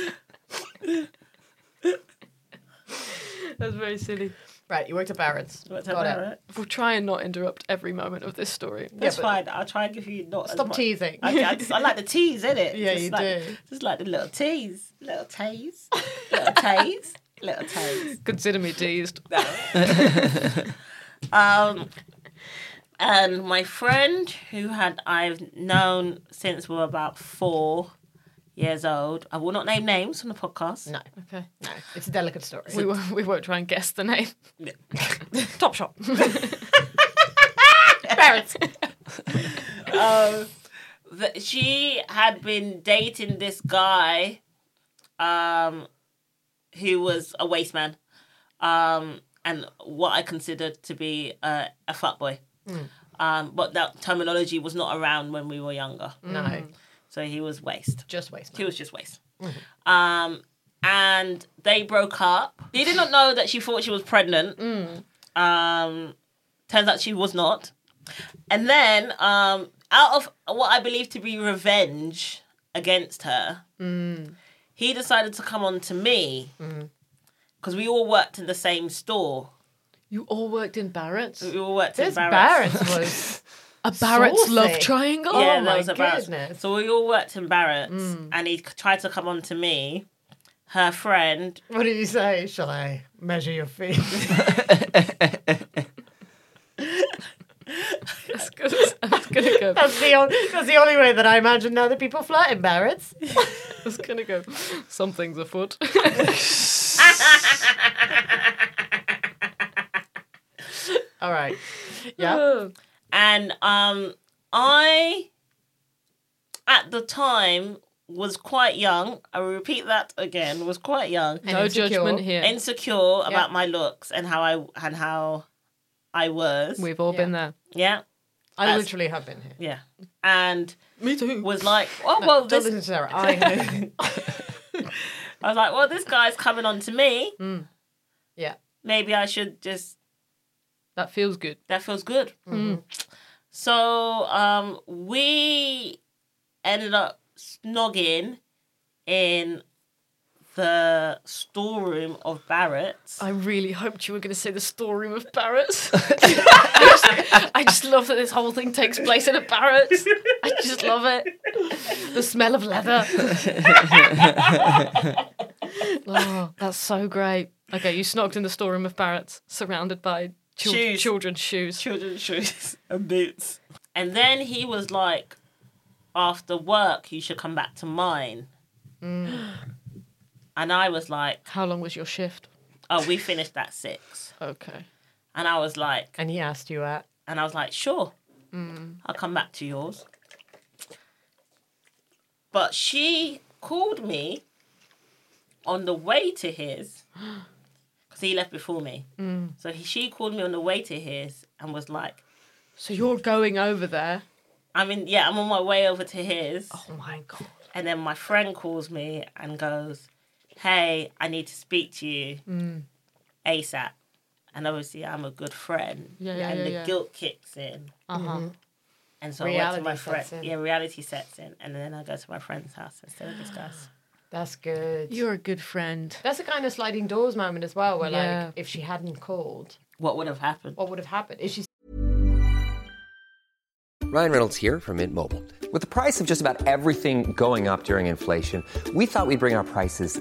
S4: That's very silly.
S2: Right, you worked at Barrett's.
S5: That's
S2: Got it.
S4: We'll try and not interrupt every moment of this story.
S5: fine. I'll try and give you not. as
S2: Stop
S5: much-
S2: teasing.
S5: I, I, just, I like the tease, innit?
S2: Yeah,
S5: just
S2: you
S5: like,
S2: do.
S5: Just like the little tease, little tease, little tease, little tease.
S4: Consider me teased.
S5: Um, and my friend who had I've known since we were about four years old. I will not name names on the podcast.
S2: No,
S4: Okay.
S2: no, it's a delicate story.
S4: We won't, we won't try and guess the name. Top shop.
S2: Barrett's.
S5: Um, th- she had been dating this guy, um, who was a waste man, um, and what I considered to be a, a fat boy.
S2: Mm.
S5: Um, but that terminology was not around when we were younger.
S2: No,
S5: So he was waste.
S2: just waste.
S5: He was just waste.
S2: Mm-hmm.
S5: Um, and they broke up. He did not know that she thought she was pregnant.
S2: Mm.
S5: Um, turns out she was not. And then um, out of what I believe to be revenge against her,
S2: Mm.
S5: he decided to come on to me because we all worked in the same store.
S4: You all worked in Barrett's.
S5: We all worked
S2: This
S5: in Barrett's.
S2: Barrett's was
S4: A Barrett's love
S2: Saucy.
S4: triangle.
S5: Yeah,
S2: Oh
S5: that
S2: my
S5: was a Barrett's.
S2: goodness. Mm.
S5: So we all worked in Barrett's, and he c- tried to come on to me, her friend.
S2: what did you say? Shall I measure your feet?
S4: I was gonna go. I
S2: that's the only, that's the only way that I imagine now that people flirt in Barrett's.
S4: was gonna go. Something's afoot.
S2: All right. Yeah.
S5: And um, I, at the time, was quite young. I will repeat that again. Was quite young.
S2: And
S4: no
S2: insecure.
S4: judgment here.
S5: insecure about my looks and how I and how I was.
S4: We've all been there.
S5: yeah,
S2: I
S5: That's-
S2: literally have been here.
S5: yeah, and
S4: Me too.
S5: was like, oh well,
S2: Don't
S5: this.
S2: listen to Sarah. I
S5: I was like, well, this guy's coming on to me.
S2: Yeah.
S5: Maybe I should just.
S4: That feels good.
S5: That feels good. So um, we ended up snogging in the storeroom of Barrett's.
S4: I really hoped you were going to say the storeroom of Barrett's. I, just, I just love that this whole thing takes place in a Barrett's. I just love it. The smell of leather. oh, that's so great. Okay, you snogged in the storeroom of Barrett's, surrounded by chil-
S5: Shoes.
S4: children's shoes.
S5: children's shoes and boots. And then he was like, after work, you should come back to mine. And I was like,
S4: How long was your shift?
S5: oh, we finished at six.
S4: Okay.
S5: And I was like,
S2: and he asked you out.
S5: and I was like, sure,
S4: Mm.
S5: I'll come back to yours. But she called me on the way to his, because he left before me.
S4: Mm.
S5: So he, she called me on the way to his and was like,
S4: So you're going over there.
S5: I mean, yeah, I'm on my way over to his.
S4: Oh my God.
S5: And then my friend calls me and goes, Hey, I need to speak to you
S4: Mm.
S5: ASAP. And obviously, I'm a good friend.
S4: Yeah, yeah,
S5: and
S4: yeah,
S5: the
S4: yeah.
S5: guilt kicks in.
S4: Uh huh.
S5: And so I went
S2: Reality
S5: to my
S2: sets in.
S5: friend. Yeah, reality sets in. And then I go to my friend's house instead of this guy's.
S2: That's good.
S4: You're a good friend.
S2: That's a kind of sliding doors moment as well, where
S4: Yeah.
S2: like if she hadn't called,
S5: What would have happened?
S2: what would have happened? If she
S6: Ryan Reynolds here from Mint Mobile. With the price of just about everything going up during inflation, we thought we'd bring our prices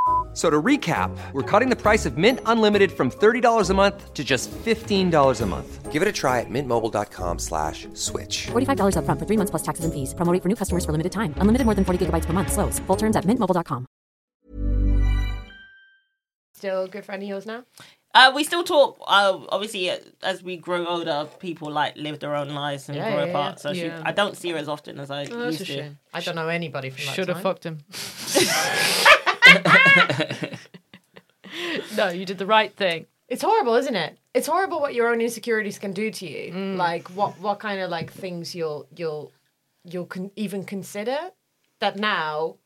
S6: So to recap, we're cutting the price of Mint Unlimited from $30 a month to just $15 a month.
S7: Give it a try at mintmobile.com slash switch.
S8: $45 upfront for three months plus taxes and fees. Promo rate for new customers for limited time. Unlimited more than 40 gigabytes per month. Slows. Full terms at mintmobile.com.
S2: still good friend of yours now,
S5: Uh, we still talk. Uh, obviously, uh, as we grow older, people like live their own lives and
S2: Yeah,
S5: grow
S2: yeah,
S5: apart.
S2: yeah.
S5: So she,
S4: Yeah.
S5: I don't see her as often as I
S4: That's
S5: used
S4: a
S5: to.
S4: shame.
S2: I don't know anybody from that
S4: Should have
S2: time.
S4: fucked him. no, you did the right thing.
S2: It's horrible, isn't it? It's horrible what your own insecurities can do to you. Like what what kind of like things you'll you'll you'll con- even consider that now.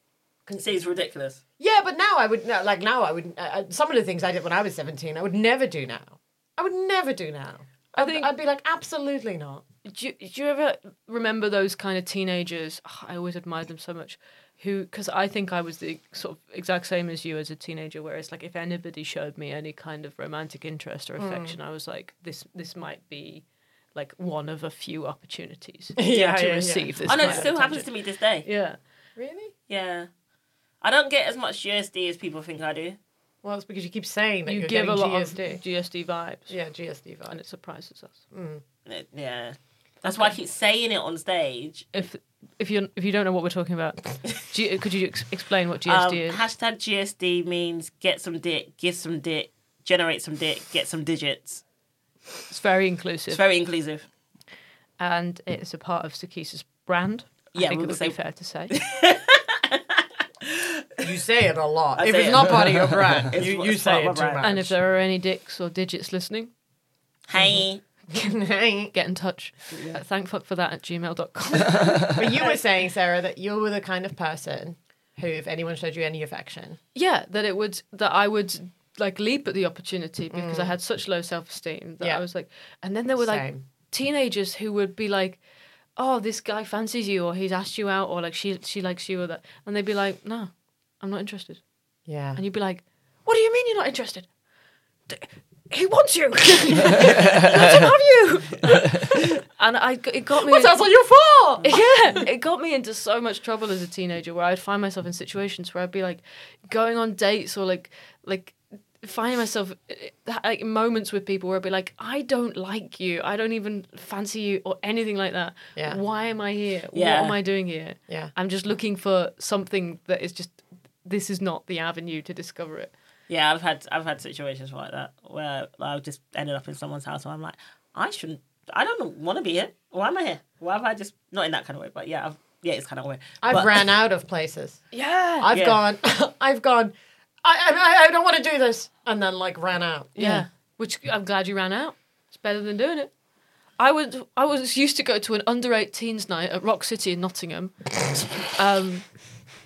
S5: See, it's ridiculous.
S2: Yeah, but now I would no, like now I would uh, uh, some of the things I did when I was 17 I would never do now. I would never do now. I
S4: think-
S2: I'd be like absolutely not.
S4: Do you, do you ever remember those kind of teenagers? Oh, I always admired them so much. Who, because I think I was the sort of exact same as you as a teenager, where it's like if anybody showed me any kind of romantic interest or affection, I was like, this this might be like one of a few opportunities to-
S2: Yeah,
S4: to
S2: yeah, yeah.
S4: receive this.
S5: I know
S4: kind
S5: it
S4: of
S5: still happens
S4: attention.
S5: to me this day.
S4: Yeah.
S2: Really?
S5: Yeah. I don't get as much USD as people think I do.
S2: Well, it's because you keep saying that
S4: You
S2: are
S4: give a lot
S2: GSD.
S4: of GSD vibes,
S2: yeah, GSD vibe.
S4: and it surprises us.
S5: Uh, It- Yeah. That's why I keep saying it on stage.
S4: If if you if you don't know what we're talking about, do you, could you ex- explain what GSD
S5: Um,
S4: is?
S5: hashtag GSD means get some dick, give some dick, generate some dick, get some digits.
S4: It's very inclusive,
S5: It's very inclusive.
S4: and it's a part of Sakisa's brand. I
S5: Yeah,
S4: think
S5: we
S4: it would
S5: would say-
S4: be fair to say.
S2: You say it a lot.
S5: I
S2: if
S5: say
S2: it's
S5: it.
S2: not part of your brand,
S5: It's
S2: you,
S5: what-
S2: you
S5: it's
S2: say
S5: part
S2: it
S5: of
S2: too
S5: my
S2: much.
S5: brand.
S4: and if there are any dicks or digits listening,
S5: Hey,
S4: Mm-hmm. get in touch. Uh, At thankfuckforthat at gmail.com.
S2: but you were saying, Sarah, that you were the kind of person who, if anyone showed you any affection,
S4: yeah, that it would that I would like leap at the opportunity because I had such low self esteem that
S2: Mm. Yeah.
S4: I was like, and then there were like
S2: Same.
S4: teenagers who would be like, "Oh, this guy fancies you, or he's asked you out, or like she she likes you, or that," and they'd be like, "No, I'm not interested,"
S2: yeah,
S4: and you'd be like, "What do you mean you're not interested? D- He wants you. Let him have you." and I it got me.
S2: What's that on your phone?
S4: yeah, it got me into so much trouble as a teenager where I'd find myself in situations where I'd be like going on dates or like like finding myself eh, like in moments with people where I'd be like, I don't like you, I don't even fancy you or anything like that.
S2: Yeah.
S4: Why am I here?
S5: Yeah.
S4: What am I doing here?
S2: Yeah.
S4: I'm just looking for something that is just this is not the avenue to discover it.
S5: yeah, I've had I've had situations like that where I've just ended up in someone's house and I'm like, I shouldn't, I don't want to be here. Why am I here? Why have I just not in that kind of way? But yeah, I've, yeah, it's kind of weird.
S2: I've
S5: But-
S2: ran out of places.
S4: Yeah.
S2: I've
S5: Yeah.
S2: gone. I've gone. I, I I don't want to do this, and then like ran out.
S4: Yeah. Which I'm glad you ran out. It's better than doing it. I was I was used to go to an under 18s night at Rock City in Nottingham, um,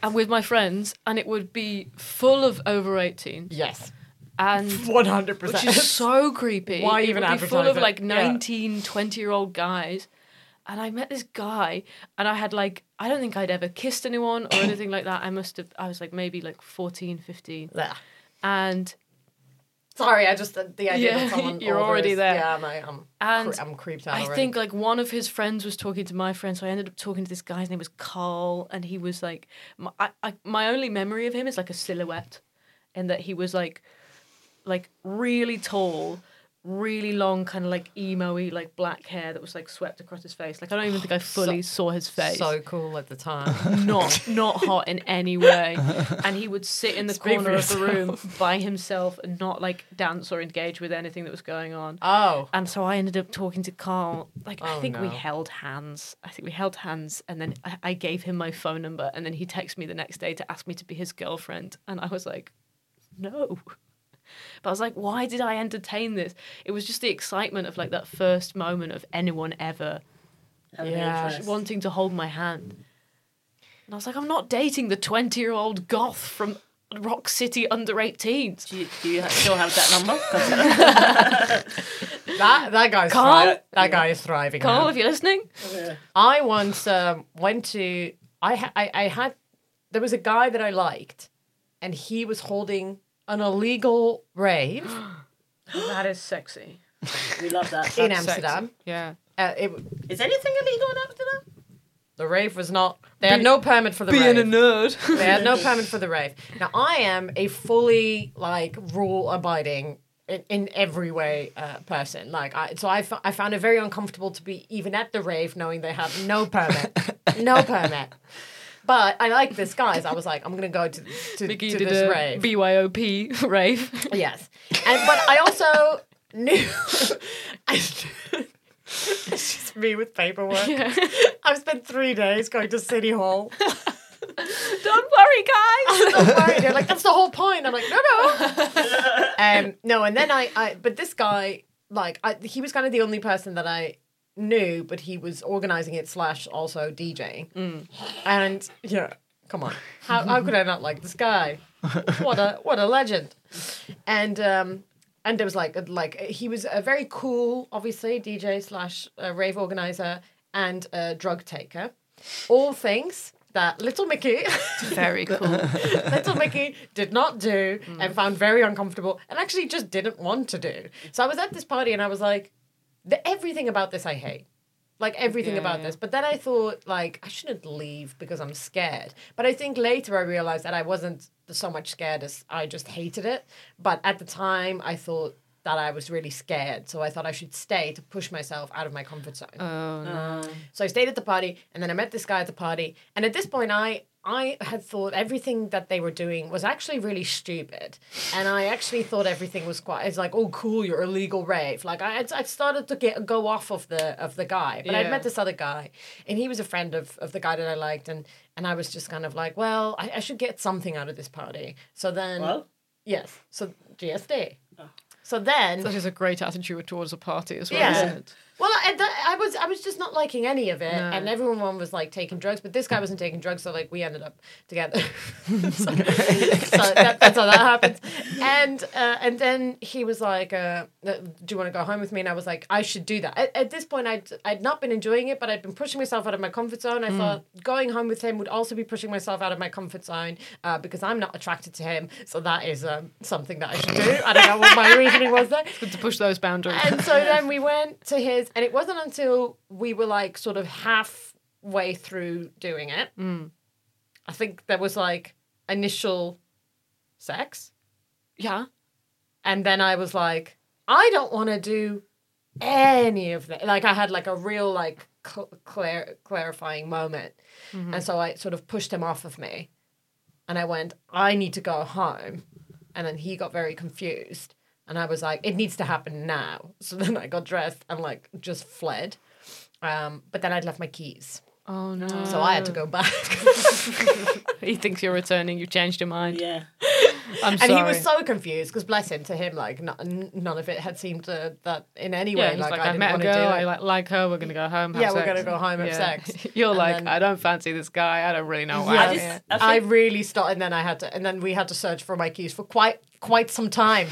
S4: and with my friends, and it would be full of over 18s,
S2: Yes.
S4: and
S2: One hundred
S4: which is so creepy.
S2: Why
S4: it
S2: even
S4: would be full
S2: advertise
S4: of
S2: it?
S4: like
S2: Yeah.
S4: 19, 20 year old guys, and I met this guy, and I had like I don't think I'd ever kissed anyone or anything like that. I must have I was like maybe like 14, 15, and
S2: Sorry, I just uh, the the idea
S4: Yeah,
S2: that someone
S4: you're
S2: older
S4: already
S2: is-
S4: there.
S2: Yeah, I'm like, I'm,
S4: And
S2: cre- I'm creeped out.
S4: I
S2: already.
S4: think like one of his friends was talking to my friend, so I ended up talking to this guy. His name was Carl, and he was like, my, I, I, my only memory of him is like a silhouette, and that he was like, like really tall, really long, kind of like emo-y, like black hair that was like swept across his face. Like I don't even think I fully saw his face.
S2: Oh, so cool at the time.
S4: not not hot in any way, and he would sit in the corner of the room by himself and not like dance or engage with anything that was going on.
S2: oh,
S4: And so I ended up talking to Carl. Like I
S2: Oh,
S4: think we
S2: no.
S4: held hands. I think we held hands, and then I, I gave him my phone number, and then he texted me the next day to ask me to be his girlfriend, and I was like, no. But I was like, why did I entertain this? It was just the excitement of like that first moment of anyone ever
S2: yeah.
S4: wanting to hold my hand. And I was like, I'm not dating the 20 year old goth from Rock City under 18s.
S5: Do you, do you still have that number? 'Cause
S2: That that guy's
S4: Carl?
S2: thri- that guy is thriving. now.
S4: Carl, if you're listening,
S2: I once um, went to I, ha- I I had there was a guy that I liked, and he was holding an illegal rave
S4: that is sexy.
S5: we love that.
S2: in Amsterdam.
S4: Yeah.
S2: Uh, it,
S5: Is anything illegal in Amsterdam?
S2: the rave was not. They had no permit for the rave.
S4: nerd.
S2: They had no permit for the rave. Now I am a fully like rule abiding in, in every way uh, person. Like I, so I, f- I found it very uncomfortable to be even at the rave knowing they had no permit, no permit. But I like this guy, so I was like, I'm gonna go to to,
S4: Mickey
S2: to
S4: did
S2: this
S4: a
S2: rave.
S4: BYOP rave.
S2: yes, and but I also knew. I knew- it's just me with paperwork. I've spent three days going to City Hall.
S4: Don't worry, guys.
S2: I'm so worried. They're like, that's the whole point. I'm like, no, no. um, no, and then I, I, but this guy, like, I, he was kind of the only person that I knew, but he was organizing it slash also DJing. And yeah, come on, how how could I not like this guy? What a what a legend. And um, and there was like like uh, he was a very cool, obviously DJ slash uh, rave organizer and uh, drug taker, all things. That little Mickey
S4: Very cool.
S2: Little Mickey did not do and found very uncomfortable and actually just didn't want to do. So I was at this party and I was like, the, everything about this I hate. Like everything
S4: Yeah,
S2: about
S4: yeah.
S2: this. But then I thought, like, I shouldn't leave because I'm scared. But I think later I realized that I wasn't so much scared as I just hated it. But at the time I thought, that I was really scared. So I thought I should stay to push myself out of my comfort zone. So I stayed at the party, and then I met this guy at the party. And at this point, I I had thought everything that they were doing was actually really stupid, and I actually thought everything was quite. It's like, oh, cool, you're a legal rave. Like I, I'd- I'd started to get go off of the of the guy, but I'd
S4: Yeah.
S2: met this other guy, and he was a friend of of the guy that I liked, and and I was just kind of like, well, I, I should get something out of this party. So then,
S5: Well?
S2: yes, so GSD. So then,
S4: That is a great attitude towards a party as well,
S2: Yeah.
S4: isn't it?
S2: well, I, that, I was I was just not liking any of it, and everyone was like taking drugs, but this guy wasn't taking drugs, so like we ended up together. so so that, that's how that happens. And uh, and then he was like, uh, "Do you want to go home with me?" And I was like, "I should do that." At, at this point, I'd I'd not been enjoying it, but I'd been pushing myself out of my comfort zone. I thought going home with him would also be pushing myself out of my comfort zone uh, because I'm not attracted to him, so that is um, something that I should do. I don't know what my reasoning was there
S4: Good to push those boundaries.
S2: and so then we went to his, and it wasn't until we were like sort of halfway through doing it. I think there was like initial sex,
S4: yeah.
S2: and then I was like, I don't want to do any of that. Like I had like a real like cl- clar- clarifying moment, and so I sort of pushed him off of me, and I went, I need to go home, and then he got very confused, and I was like, it needs to happen now. So then I got dressed and like just fled, um, but then I'd left my keys,
S4: Oh no.
S2: so I had to go back.
S4: He thinks you're returning. You've changed your mind.
S5: Yeah.
S4: I'm
S2: And
S4: sorry.
S2: he was so confused because, bless him, to him, like n- n- none of it had seemed to, that in any way.
S4: yeah, he's
S2: like,
S4: like,
S2: I
S4: I've
S2: didn't
S4: met a
S2: want to
S4: girl.
S2: do
S4: I
S2: it.
S4: like, like her. We're gonna go home. Have
S2: Yeah, we're
S4: sex.
S2: gonna go home, have sex.
S4: You're
S2: And
S4: like,
S2: then-
S4: I don't fancy this guy. I don't really know why.
S2: Yeah.
S5: I just, I think,
S2: I really started, and then I had to, and then we had to search for my keys for quite quite some time,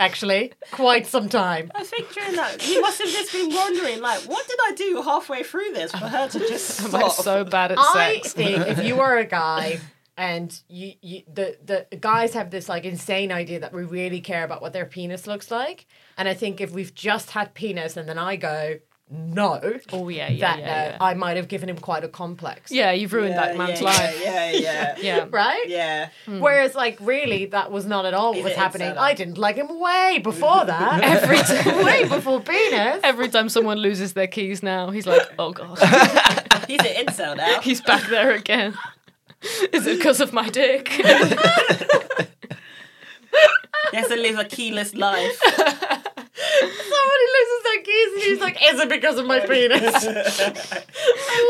S2: actually, quite some time.
S5: I think during that, he must have just been wondering, like, what did I do halfway through this for her to just
S4: I'm
S5: stop?
S4: so bad at
S2: I
S4: sex.
S2: think if you are a guy. And you, you, the the guys have this like insane idea that we really care about what their penis looks like, and I think if we've just had penis and then I go no,
S4: Oh yeah, yeah,
S2: that uh,
S4: yeah. Yeah,
S2: I might have given him quite a complex.
S4: Yeah, you've ruined
S5: yeah,
S4: that man's
S5: yeah,
S4: life. Hmm.
S5: Yeah, yeah, yeah.
S4: Yeah.
S2: Right?
S5: yeah.
S2: Whereas, like, really, that was not at all what was
S5: didn't
S2: happening.
S5: set up.
S2: I didn't like him way before that. Every time. way before penis.
S4: Every time someone loses their keys now, he's like, oh god,
S5: He's an incel now.
S4: he's back there again. Is it because of my dick?
S5: He has to live a keyless life.
S2: Somebody loses their keys and he's like, is it because of my penis?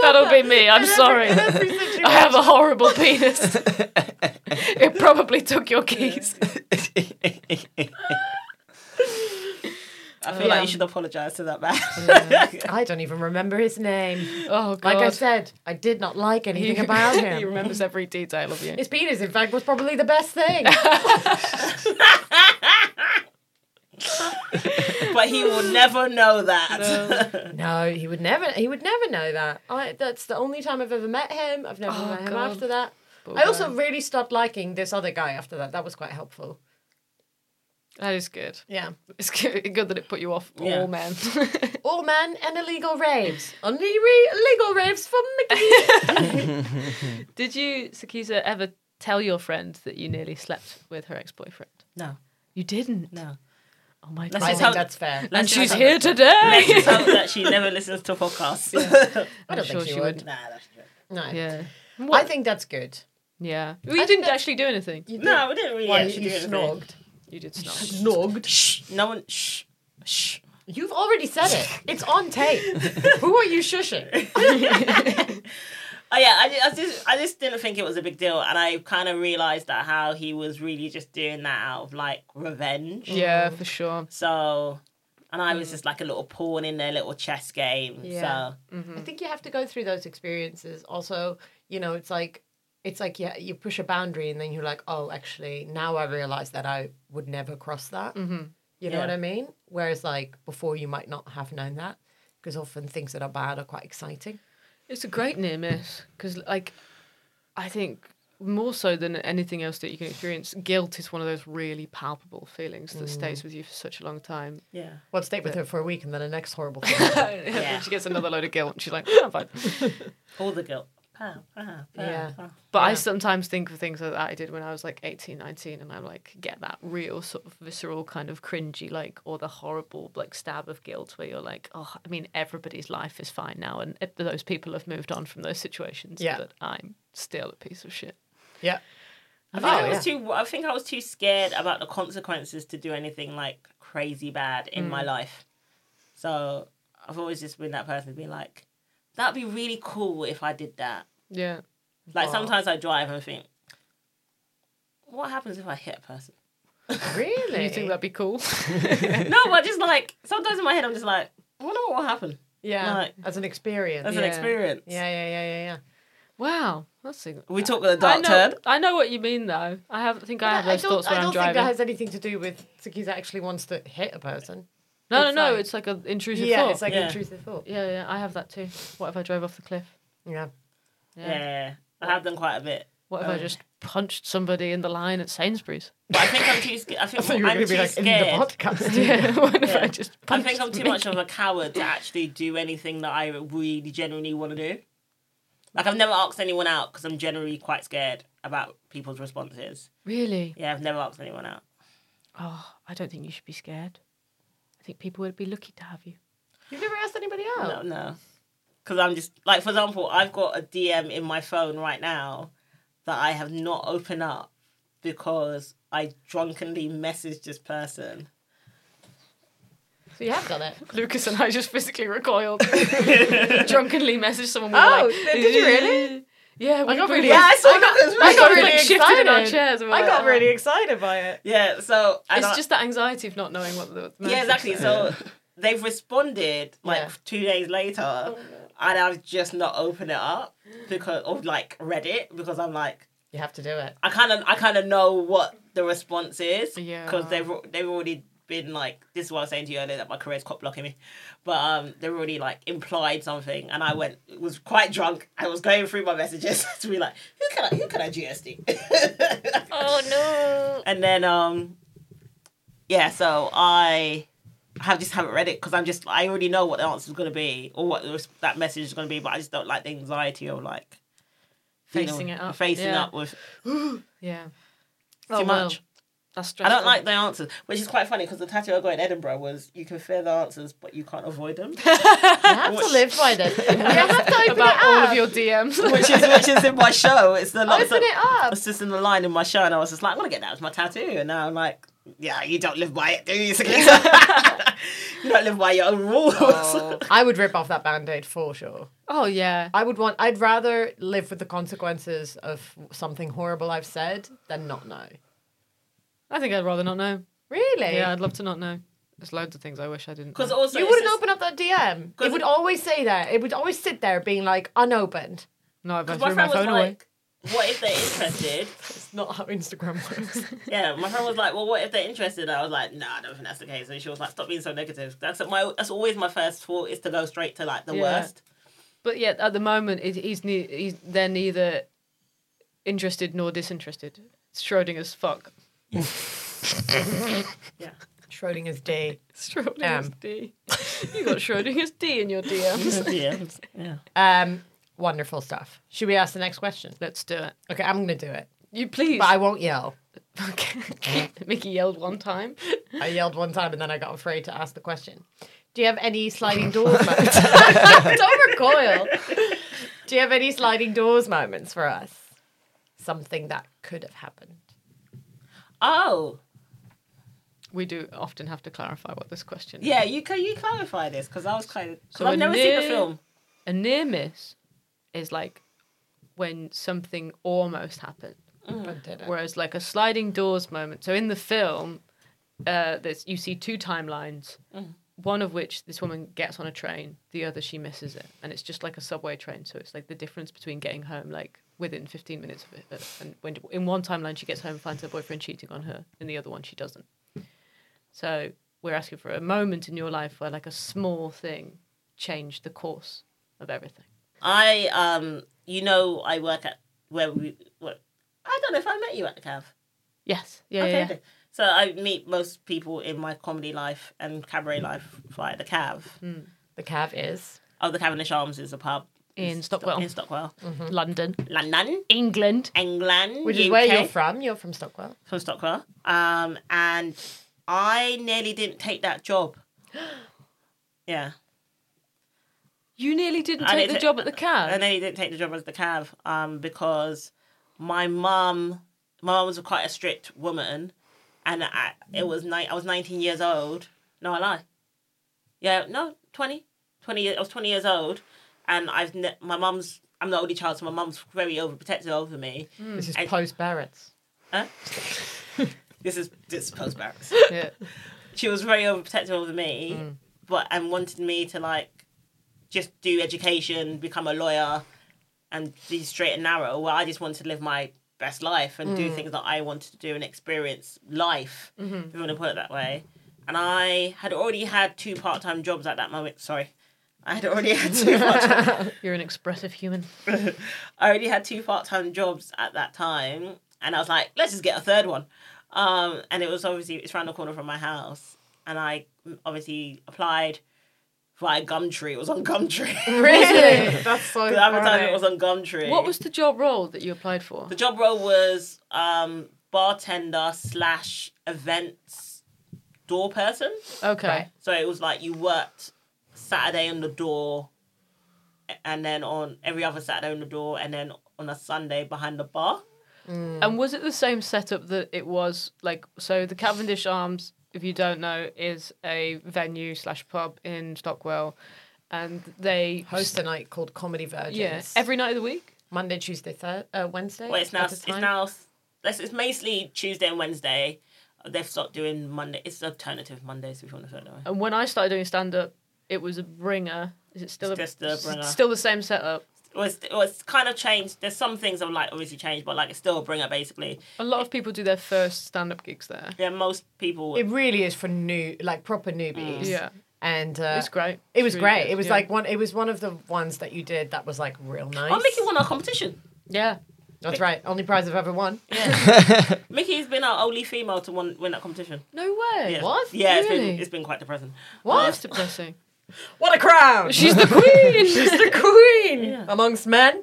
S4: That'll be me. I'm sorry.
S2: In every
S4: I have
S2: situation.
S4: a horrible penis. it probably took your keys.
S5: I feel like you should apologize to that man.
S2: I don't even remember his name.
S4: Oh god.
S2: Like I said, I did not like anything about
S4: he
S2: him.
S4: remembers every detail of you.
S2: His penis, in fact, was probably the best thing.
S5: but he will never know that.
S2: no, he would never. He would never know that. I, that's the only time I've ever met him. I've never met him
S4: Oh, God.
S2: after that. I also really stopped liking this other guy after that. That was quite helpful.
S4: That is good.
S2: Yeah.
S4: It's good, good that it put you off
S5: Yeah.
S4: all men.
S2: All men and illegal raves. Only re- illegal raves for Mickey.
S4: Did you, Sakisa, ever tell your friend that you nearly slept with her ex-boyfriend?
S5: No,
S4: You didn't.
S5: no.
S4: Oh my
S5: Let's
S4: god.
S2: I
S5: just
S2: think
S5: hope-
S2: that's fair.
S5: Let's
S4: She's
S5: just-
S4: here today.
S5: Let's just hope that she never listens to podcasts.
S2: I
S4: I'm
S2: don't
S4: sure
S2: think she,
S4: she
S2: would.
S4: would.
S5: Nah, that's true.
S2: No.
S4: Yeah.
S2: I think that's good.
S4: Yeah. Well, you didn't actually do anything. You,
S5: No, we didn't really
S2: Why
S5: actually
S2: you
S5: do anything.
S2: snogged?
S4: did snort.
S2: Snogged.
S5: Shh. No one. Shh. Shh.
S2: You've already said it. It's on tape. Who are you shushing?
S5: Oh yeah, I ju- I just, I just didn't think it was a big deal, and I kind of realized that how he was really just doing that out of like revenge.
S4: Yeah, for sure.
S5: So, and I was just like a little pawn in their little chess game.
S2: Yeah.
S5: So
S2: I think you have to go through those experiences. Also, you know, it's like it's like yeah, you push a boundary and then you're like, oh, actually, now I realize that I would never cross that. You know
S5: Yeah.
S2: what I mean? Whereas like before, you might not have known that because often things that are bad are quite exciting.
S4: It's a great near miss because, like, I think more so than anything else that you can experience, guilt is one of those really palpable feelings
S2: Mm.
S4: that stays with you for such a long time.
S5: yeah,
S2: Well, stay with her for a week and then the next horrible thing.
S4: And she gets another load of guilt and she's like, oh, fine.
S5: all the guilt. pow, pow, pow.
S2: Yeah.
S4: But I sometimes think of things like that I did when I was like 18, 19, and I like get that real sort of visceral kind of cringy, like, or the horrible like stab of guilt where you're like, oh, I mean, everybody's life is fine now. And if those people have moved on from those situations,
S2: Yeah.
S4: but I'm still a piece of shit.
S2: Yeah.
S5: I think I
S2: Oh,
S5: was too. I think I was too scared about the consequences to do anything like crazy bad in my life. So I've always just been that person to be like, that'd be really cool if I did that.
S4: Yeah.
S5: Like sometimes I drive and think, what happens if I hit a person?
S2: Really?
S4: You think that'd be cool?
S5: no, but just like sometimes in my head I'm just like, I wonder what will happen
S2: yeah.
S5: like-
S2: as an experience.
S5: as an
S4: Yeah.
S5: experience.
S2: yeah, yeah, yeah, yeah, yeah.
S4: wow. That's a
S5: We talk with a
S4: I
S5: dark
S4: know,
S5: turn.
S4: I know what you mean though. I have think I have
S2: I
S4: those
S2: don't,
S4: thoughts
S2: I
S4: when I'm
S2: don't think
S4: driving.
S2: that has anything to do with Sakiza actually wants to hit a person.
S4: no, no,
S2: it's
S4: no.
S2: like-
S4: It's like an intrusive
S2: yeah,
S4: thought.
S2: it's like
S5: Yeah.
S2: a truth or thought.
S4: yeah, yeah. I have that too. What if I drove off the cliff?
S2: Yeah.
S5: Yeah. I have done quite a bit.
S4: What
S2: Oh.
S4: if I just punched somebody in the line at Sainsbury's?
S5: But I think I'm too. sca- I think I
S2: So
S5: am
S2: you're going to
S5: too
S2: be like
S5: scared.
S2: in the podcast.
S4: Yeah. what if
S5: Yeah.
S4: I just
S5: I
S4: punched
S5: think I'm too
S4: somebody?
S5: much of a coward to actually do anything that I really genuinely want to do. Like I've never asked anyone out because I'm generally quite scared about people's responses.
S4: Really?
S5: Yeah, I've never asked anyone out.
S4: Oh, I don't think you should be scared. I think people would be lucky to have you.
S2: You've never asked anybody out.
S5: No, no. Because I'm just like, for example, I've got a DM in my phone right now that I have not opened up because I drunkenly messaged this person.
S2: So you have done it.
S4: Lucas and I just physically recoiled. Drunkenly messaged someone. We were
S2: Oh,
S4: like,
S2: did you really?
S4: Yeah, we
S2: I got
S4: were
S2: really.
S4: like-
S5: I saw that.
S4: I got really
S2: excited.
S4: shifted in our chairs. and we were
S2: I got
S4: like, oh.
S2: really excited by it.
S5: Yeah, so and
S4: It's
S5: I-
S4: just that anxiety of not knowing what the. the
S5: yeah,
S4: message
S5: exactly.
S4: is.
S5: So they've responded like
S2: Yeah.
S5: two days later, and I've just not opened it up because or like read it because I'm like
S2: You have to do it.
S5: I kind of I kind of know what the response is
S4: Yeah.
S5: because they've al- they've already been like this is what I was saying to you earlier that my career's cop blocking me, but um they've already like implied something and I went was quite drunk and was going through my messages to be like who can I who can I GSD
S4: Oh no.
S5: and then um yeah so i have just haven't read it because i'm just i already know what the answer is going to be or what the res- that message is going to be but i just don't like the anxiety of like you know,
S4: Facing it up.
S5: facing
S4: yeah.
S5: up with too
S4: Yeah. Oh, Too
S5: much
S4: That's
S5: i
S4: stressful.
S5: don't like the answers which is quite funny because the tattoo i got in edinburgh was you can fear the answers but you can't avoid them
S2: You have to live by this. You have to open
S4: about
S2: it
S4: all
S2: up.
S4: of your DMs.
S5: which is which is in my show it's the
S2: open it up.
S5: it's just in the line in my show and i was just like i'm gonna get that as my tattoo and now i'm like yeah, you don't live by it, do you? you don't live by your own rules.
S2: I would rip off that band-aid for sure.
S4: oh yeah.
S2: I would want I'd rather live with the consequences of something horrible I've said than not know.
S4: I think I'd rather not know.
S2: Really?
S4: Yeah, I'd love to not know. There's loads of things I wish I didn't.
S5: Because
S4: know.
S5: also,
S2: you
S5: it's
S2: wouldn't
S5: just-
S2: open up that DM. It would always say that. It would always sit there being like unopened.
S4: no, if I
S5: 'cause
S4: threw my phone away.
S5: "What if they're interested?"
S2: It's not how Instagram works.
S5: yeah, my friend was like, "Well, what if they're interested?" I was like, "No, I don't think that's the case." And she was like, "Stop being so negative." That's my. That's always my first thought is to go straight to like the
S4: Yeah.
S5: worst.
S4: But yet, at the moment, it, he's, ne- he's they're neither interested nor disinterested. It's Schrodinger's fuck.
S2: Schrodinger's D.
S4: It's Schrodinger's
S2: Um.
S4: D. You got Schrodinger's D in your DMs.
S5: yeah, yeah.
S2: Um, wonderful stuff. Should we ask the next question?
S4: Let's do it.
S2: Okay, I'm gonna do it,
S4: You please.
S2: but I won't yell.
S4: Okay. Mickey yelled one time.
S2: I yelled one time and then I got afraid to ask the question. Do you have any sliding doors moments? Don't recoil. Do you have any sliding doors moments for us? Something that could have happened.
S5: Oh,
S4: We do often have to clarify what this question is.
S5: yeah. You can you clarify this because I was kind of.
S4: So
S5: I've
S4: a
S5: never seen the
S4: new-
S5: film.
S4: A near miss is like when something almost happened. Hmm.
S2: But did it?
S4: Whereas like a sliding doors moment. So in the film, uh, there's you see two timelines. One of which this woman gets on a train, the other she misses it, and it's just like a subway train. So it's like the difference between getting home like within 15 minutes of it, uh, and when in one timeline she gets home and finds her boyfriend cheating on her, in the other one she doesn't. So we're asking for a moment in your life where like a small thing changed the course of everything.
S5: I um, you know, I work at where we. What, I don't know if I met you at the cav.
S4: Yes. Yeah.
S5: okay.
S4: yeah, yeah.
S5: then. So I meet most people in my comedy life and cabaret life via the cav.
S2: The cav is.
S5: Oh, the Cavendish Arms is a pub
S4: in Stockwell,
S5: in Stockwell,
S4: London,
S5: London,
S4: England.
S5: England,
S2: Mm. Which is where
S5: UK.
S2: you're from. You're from Stockwell.
S5: from Stockwell. Um, and I nearly didn't take that job. Yeah,
S1: You nearly didn't
S5: I
S1: take
S5: didn't
S1: the
S5: ta-
S1: job at the
S2: Um,
S1: cab.
S5: I nearly didn't take the job as the cav um, because my mum, my mum was quite a strict woman, and I it was ni- I was nineteen years old. No, I lie. Yeah, no, 20. 20 years- I was twenty years old, and I've ne- my mum's. I'm the only child, so my mum's very overprotective over me.
S2: This is
S5: And-
S2: post Barrett's.
S5: Huh? this is this is post barracks.
S2: Yeah.
S5: She was very overprotective over me, but and wanted me to like just do education, become a lawyer, and be straight and narrow. Well, I just wanted to live my best life and do things that I wanted to do and experience life, if you want to put it that way. And I had already had two part time jobs at that moment. Sorry. I had already had two part time
S4: You're an expressive human.
S5: I already had two part time jobs at that time, and I was like, let's just get a third one. Um, and it was obviously it's round the corner from my house, and I obviously applied via Gumtree. It was on Gumtree.
S2: Really? That's so
S5: the advertisement
S2: funny.
S5: was on Gumtree.
S4: What was the job role that you applied for?
S5: the job role was um, bartender slash events door person.
S4: Okay.
S5: So it was like you worked Saturday on the door, and then on every other Saturday on the door, and then on a Sunday behind the bar.
S4: And was it the same setup that it was like? So the Cavendish Arms, if you don't know, is a venue slash pub in Stockwell, and they
S2: Host a night called Comedy Virgins.
S4: yeah every night of the week.
S2: Monday, Tuesday, thir- uh, Wednesday.
S5: Well, it's now
S2: at a
S5: it's
S2: time.
S5: now it's, it's mostly Tuesday and Wednesday. They've stopped doing Monday. It's alternative Mondays if you want to say it that way.
S4: And when I started doing stand up, it was a bringer. Is it still
S5: It's
S4: a,
S5: just a
S4: s-
S5: bringer.
S4: Still the same setup.
S5: Well, it's, well, it's kind of changed. There's some things that like obviously changed, but like it's still a bringer basically.
S4: A lot of people do their first stand up gigs there.
S5: Yeah, most people.
S2: It really is for new, like proper newbies.
S4: Mm. Yeah.
S2: And uh,
S4: It's great.
S2: It was
S4: It's really
S2: great.
S4: good,
S2: It was
S4: yeah.
S2: like one. It was one of the ones that you did that was like real nice.
S5: Oh, Mickey won our competition.
S4: Yeah.
S2: That's right. Only prize I've ever won.
S5: Mickey's been our only female to won, win that competition.
S4: No way.
S5: Yeah.
S4: What?
S5: Yeah, it's
S4: really?
S5: been it's been quite depressing.
S4: what? That's depressing.
S2: What a crown!
S4: She's the queen.
S2: She's the queen amongst men.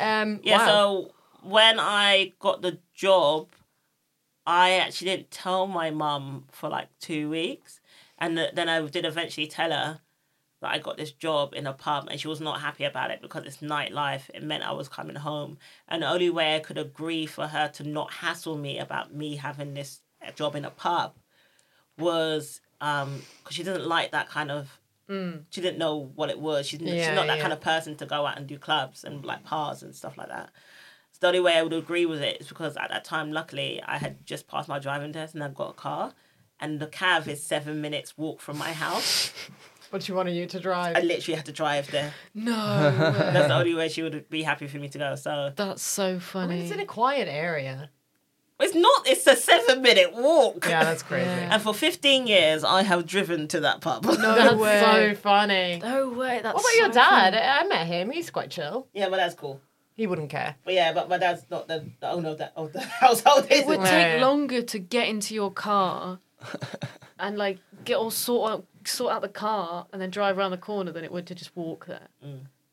S2: um,
S5: Yeah,
S2: wow.
S5: so when I got the job, I actually didn't tell my mum for like two weeks. And th- then I did eventually tell her that I got this job in a pub and she was not happy about it because it's nightlife. It meant I was coming home. And the only way I could agree for her to not hassle me about me having this uh, job in a pub was because she doesn't like that kind of. She didn't know what it was. She's,
S2: Yeah,
S5: she's not that
S2: yeah.
S5: kind of person to go out and do clubs and like bars and stuff like that. So the only way I would agree with it is because at that time, luckily, I had just passed my driving test and I'd got a car. And the cab is seven minutes walk from my house.
S2: what you wanted you to drive?
S5: I literally had to drive there.
S4: no. way.
S5: That's the only way she would be happy for me to go. So
S4: That's so
S2: I mean,
S4: funny.
S2: it's in a quiet area.
S5: it's not. It's a seven minute walk.
S2: Yeah, that's crazy.
S5: And for fifteen years, I have driven to that pub. No.
S2: That's
S4: way.
S2: so funny.
S4: no way. That's
S2: What about your dad? I I met him. He's quite chill.
S5: yeah, but that's cool.
S2: He wouldn't care.
S5: But yeah, but my dad's not the, the owner of that of the household.
S4: It would
S5: Isn't
S4: take
S2: Yeah.
S4: longer to get into your car and like get all sort out, sort out the car and then drive around the corner than it would to just walk there.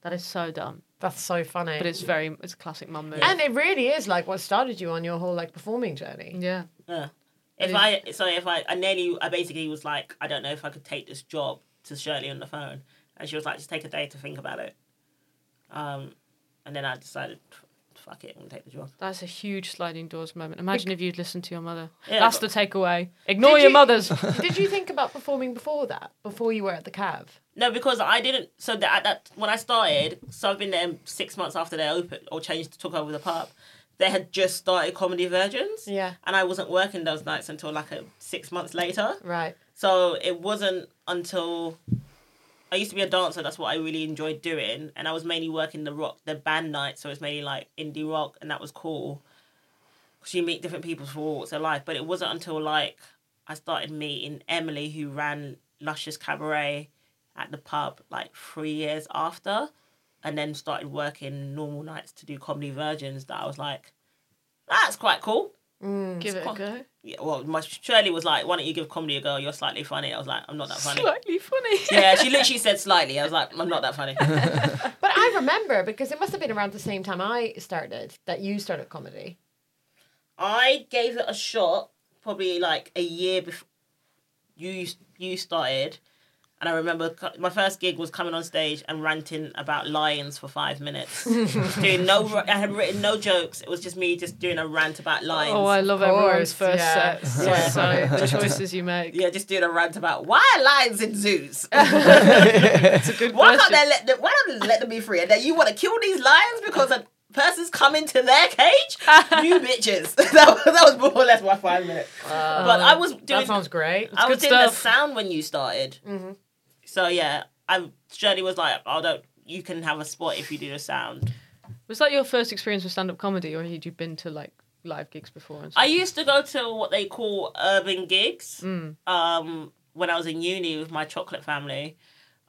S4: That is so dumb.
S2: That's so funny.
S4: But it's very it's a classic mum move.
S2: and it really is like what started you on your whole like performing journey.
S4: yeah.
S5: Yeah. If I so if I I nearly I basically was like I don't know if I could take this job to Shirley on the phone, and she was like just take a day to think about it, um, and then I decided f- fuck it, I'm gonna take the job.
S4: That's a huge sliding doors moment. Imagine if you'd listened to your mother.
S5: Yeah,
S4: That's
S5: but-
S4: the takeaway. Ignore your
S2: you-
S4: mothers.
S2: Did you think about performing before that? Before you were at the Cav?
S5: No, because I didn't. So that at that when I started, so I've been there six months after they opened or changed took over the pub. They had just started Comedy Virgins.
S2: Yeah.
S5: And I wasn't working those nights until like a, six months later.
S2: Right.
S5: So it wasn't until I used to be a dancer. That's what I really enjoyed doing, and I was mainly working the rock, the band night. So it's mainly like indie rock, and that was cool. Cause you meet different people from all walks of life. But it wasn't until like I started meeting Emily, who ran Luscious Cabaret at the pub, like three years after, and then started working normal nights to do Comedy Virgins. That I was like, that's quite cool.
S4: Give it a go.
S5: Yeah, well, my Shirley was like, "Why don't you give comedy a go? You're slightly funny." I was like, "I'm not that funny."
S4: Slightly funny.
S5: Yeah, she literally said slightly. I was like, "I'm not that funny."
S2: But I remember because it must have been around the same time I started that you started comedy.
S5: I gave it a shot probably like a year before you you started, and I remember co- my first gig was coming on stage and ranting about lions for five minutes, doing no. I had written no jokes. It was just me just doing a rant about lions.
S4: Oh, I love
S2: Of course,
S4: everyone's first
S2: yeah.
S4: set. So
S5: Yeah.
S4: sorry, the choices you make.
S5: yeah, just doing a rant about why are lions in zoos?
S4: It's a good
S5: Why can't
S4: question.
S5: they let them, why don't they let them be free? And then you want to kill these lions because a person's come into their cage? you bitches. that, was, that was more or less my five minutes. but I was doing
S2: That sounds great.
S5: I was
S4: good
S5: doing the
S4: stuff.
S5: sound when you started. So yeah, I Shirley was like, "Oh, don't you can have a spot if you do the sound."
S4: Was that your first experience with stand-up comedy, or had you been to like live gigs before? And stuff?
S5: I used to go to what they call urban gigs um, when I was in uni with my chocolate family.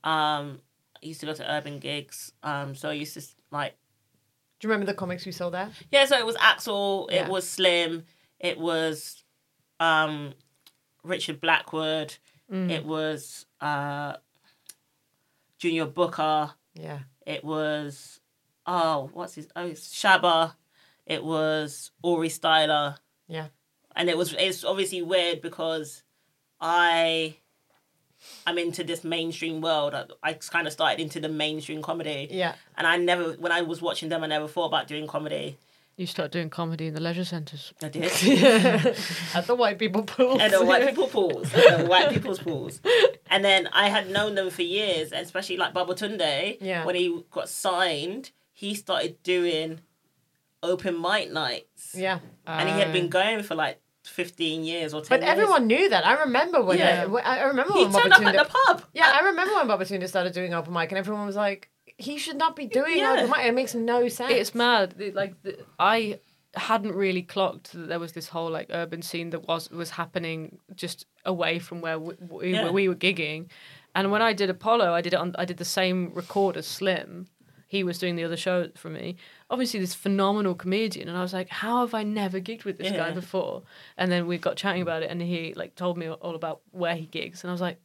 S5: Um, I used to go to urban gigs, um, so I used to s- like
S2: Do you remember the comics we saw there?
S5: Yeah, so it was Axel,
S2: Yeah.
S5: it was Slim, it was um Richard Blackwood,
S2: Mm.
S5: it was uh Junior Booker,
S2: Yeah.
S5: it was oh, what's his oh it's Shabba, it was Ori Styler.
S2: Yeah.
S5: And it was it's obviously weird because I I'm into this mainstream world. I, I kind of started into the mainstream comedy.
S2: Yeah.
S5: And I never, when I was watching them, I never thought about doing comedy.
S4: You started doing comedy in the leisure centres.
S5: I did.
S2: At the white people pool.
S5: and the white people pools, and the white people's pools. And then I had known them for years, and especially like Babatunde,
S2: Yeah.
S5: when he got signed, he started doing open mic nights,
S2: Yeah.
S5: and he had been going for like fifteen years or ten.
S2: But
S5: years.
S2: everyone knew that. I remember when
S5: Yeah.
S2: it- when- I, remember
S5: he
S2: when
S5: turned up at
S2: Babatunde-
S5: the uh, pub.
S2: Yeah, I remember when Babatunde started doing open mic and everyone was like, he should not be doing
S5: Yeah.
S2: open mic. It makes no sense.
S4: It's mad. the- Like the, I hadn't really clocked that there was this whole like urban scene that was was happening just away from where we, we,
S5: Yeah.
S4: where we were gigging. And when I did Apollo, I did it on. I did the same record as Slim. He was doing the other show for me. Obviously, this phenomenal comedian, and I was like, "How have I never gigged with this guy
S5: Yeah.
S4: before?" And then we got chatting about it, and he like told me all about where he gigs, and I was like,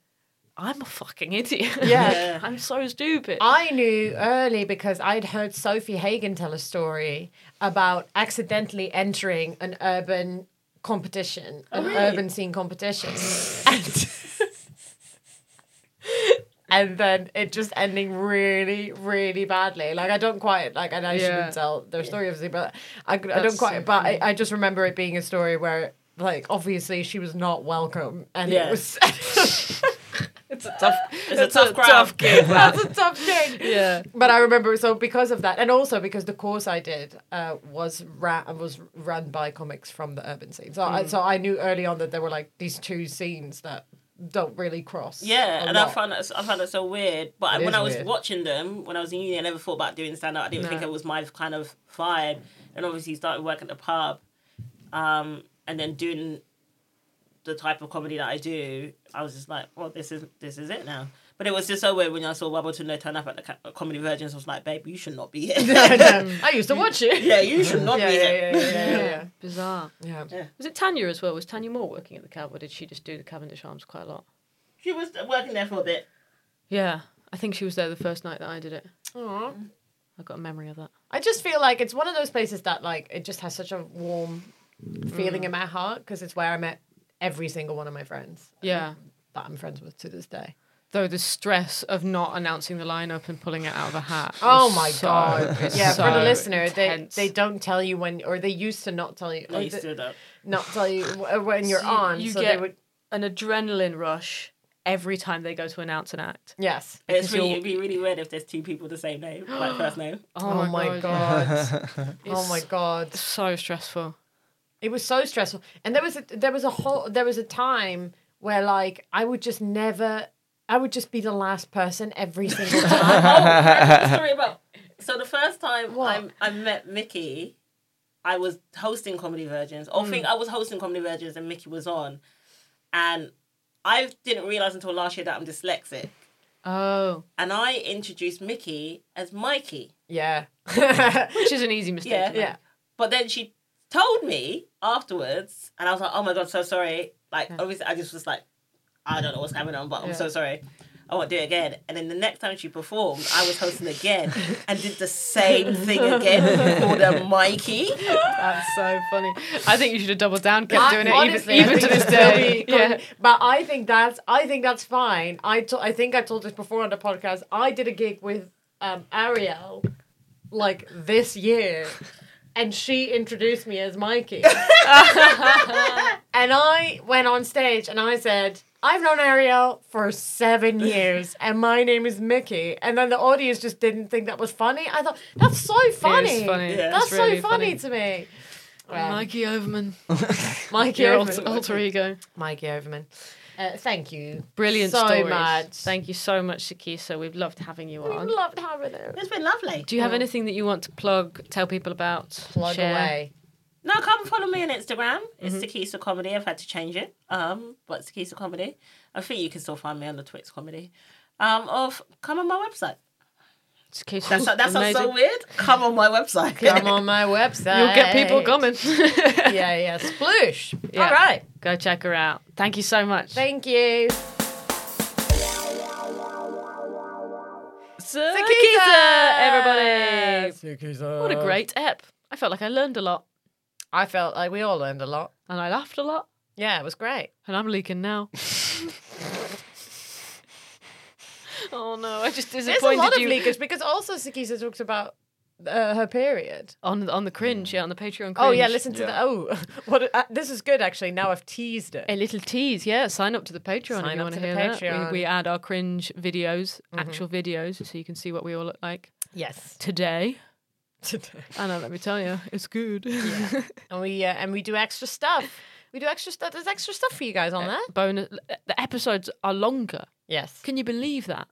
S4: "I'm a fucking idiot.
S2: Yeah.
S4: I'm so stupid."
S2: I knew early because I'd heard Sophie Hagen tell a story about accidentally entering an urban competition,
S4: Oh,
S2: an urban scene competition. and, and then it just ending really, really badly. Like, I don't quite, like, and I
S4: Yeah.
S2: shouldn't tell their story, obviously, but I, I don't
S4: That's
S2: quite,
S4: so
S2: but I, I just remember it being a story where, like, obviously she was not welcome. And
S5: Yeah.
S2: it was.
S4: It's a tough,
S5: It's a tough crowd.
S4: gig.
S2: that's a tough game.
S4: yeah.
S2: But I remember so because of that, and also because the course I did uh, was ra- was run by comics from the urban scene. So I, so I knew early on that there were like these two scenes that don't really cross.
S5: Yeah,
S2: a
S5: and I
S2: lot.
S5: found that I found that so weird. But
S2: It
S5: when
S2: is
S5: I was
S2: weird.
S5: watching them, when I was in uni, I never thought about doing stand up. I didn't think it was my kind of vibe. And obviously, started working at the pub, um, and then doing the type of comedy that I do. I was just like, well, this is this is it now. But it was just so weird when I saw Wabatunde turn up at the ca- uh, Comedy Virgins. I was like, babe, you should not be here.
S2: I used to watch it.
S5: yeah, you should not
S2: Yeah,
S5: be
S2: yeah,
S5: here.
S2: yeah, yeah, yeah, yeah.
S4: Bizarre.
S2: yeah.
S4: Was it Tanya as well? Was Tanya Moore working at the cab, or did she just do the Cavendish Arms quite a lot?
S5: She was working there for a bit.
S4: Yeah, I think she was there the first night that I did it. I got a memory of that.
S2: I just feel like it's one of those places that like it just has such a warm feeling in my heart because it's where I met every single one of my friends
S4: Yeah.
S2: that I'm friends with to this day.
S4: Though the stress of not announcing the lineup and pulling it out of a hat.
S2: Oh
S4: was
S2: my
S4: so-
S2: god!
S4: it's
S2: Yeah, for the
S4: so
S2: listener, they
S4: intense.
S2: they don't tell you when, or they used to not tell you,
S5: No,
S2: or
S5: you
S2: th-
S5: stood up.
S2: not tell you wh- when you're
S4: You-
S2: on.
S4: you
S2: so they
S4: get-
S2: would
S4: an adrenaline rush every time they go to announce an act.
S2: yes.
S5: It's really,
S4: you're-
S5: it'd be really weird if there's two people the same name, like first name.
S4: Oh,
S2: Oh my god! Oh
S4: It's
S2: my god!
S4: So stressful.
S2: It was so stressful, and there was a there was a whole there was a time where like I would just never. I would just be the last person every single time.
S5: oh, story about. So the first time
S2: What?
S5: I, I met Mickey, I was hosting Comedy Virgins. Or think I was hosting Comedy Virgins and Mickey was on, and I didn't realize until last year that I'm dyslexic,
S4: Oh,
S5: and I introduced Mickey as Mikey.
S2: yeah.
S4: which is an easy mistake.
S5: Yeah.
S4: to make.
S2: Yeah.
S5: But then she told me afterwards, and I was like, "Oh my god, so sorry." Like, obviously, I just was like, "I don't know what's going on, but I'm so sorry." I won't do it again. And then the next time she performed, I was hosting again and did the same thing again. Called her Mikey.
S4: That's so funny. I think you should have doubled down, kept
S2: I-
S4: doing it
S2: honestly, I
S4: even, even
S2: think
S4: to this
S2: it's still
S4: day.
S2: be con-
S4: Yeah.
S2: But I think that's I think that's fine. I to- I think I told this before on the podcast. I did a gig with um, Ariel like this year, and she introduced me as Mikey. and I went on stage and I said. I've known Ariel for seven years, and my name is Mickey. And then the audience just didn't think that was funny. I thought that's so funny.
S4: funny. Yeah.
S2: That's
S4: It's really
S2: so funny,
S4: funny.
S2: to me. Well,
S4: Mikey Overman,
S2: Mikey
S4: your
S2: Overman.
S4: alter, alter ego.
S2: Mikey Overman. Uh, thank you.
S4: Brilliant
S2: so
S4: stories.
S2: much.
S4: Thank you so much, Shakisa. We've loved having you on.
S2: Loved having it.
S5: It's been lovely. Mm.
S4: Do you have anything that you want to plug, tell people about?
S2: Plug
S4: share?
S2: away.
S5: No, come follow me on Instagram. It's
S4: Mm-hmm.
S5: Sakisa Comedy. I've had to change it. Um, but Sakisa Comedy. I think you can still find me on the Twix Comedy. Um, of come on my website.
S4: Shakisa.
S5: That's that sounds
S4: Amazing.
S5: so weird. Come on my website.
S2: Come on my website.
S4: You'll get people coming.
S2: Yeah, yeah. Sploosh.
S4: Yeah.
S2: All right.
S4: Go check her out. Thank you so much.
S2: Thank you.
S4: Sakisa, everybody. What
S2: What
S4: a great ep. I felt like I learned a lot
S2: I felt like we all learned a lot.
S4: and I laughed a lot
S2: Yeah, it was great.
S4: and I'm leaking now. oh no, I just
S2: There's a
S4: disappointed
S2: lot of
S4: you
S2: leakage because also Sakisa talks about uh, her period.
S4: on on the cringe, yeah, on the Patreon cringe.
S2: Oh yeah, listen to
S3: Yeah.
S2: that. Oh, what? Uh, this is good actually. Now I've teased it.
S4: A little tease, yeah. Sign up to the Patreon
S2: Sign
S4: if
S2: up
S4: you want
S2: to
S4: to
S2: the
S4: hear that.
S2: Patreon. Mm-hmm.
S4: We, we add our cringe videos, actual videos, so you can see what we all look like
S2: yes.
S4: today.
S2: Today.
S4: I know, let me tell you, it's good.
S2: And we uh, and we do extra stuff. We do extra stuff. There's extra stuff for you guys on there.
S4: Bonus. The episodes are longer.
S2: Yes.
S4: Can you believe that?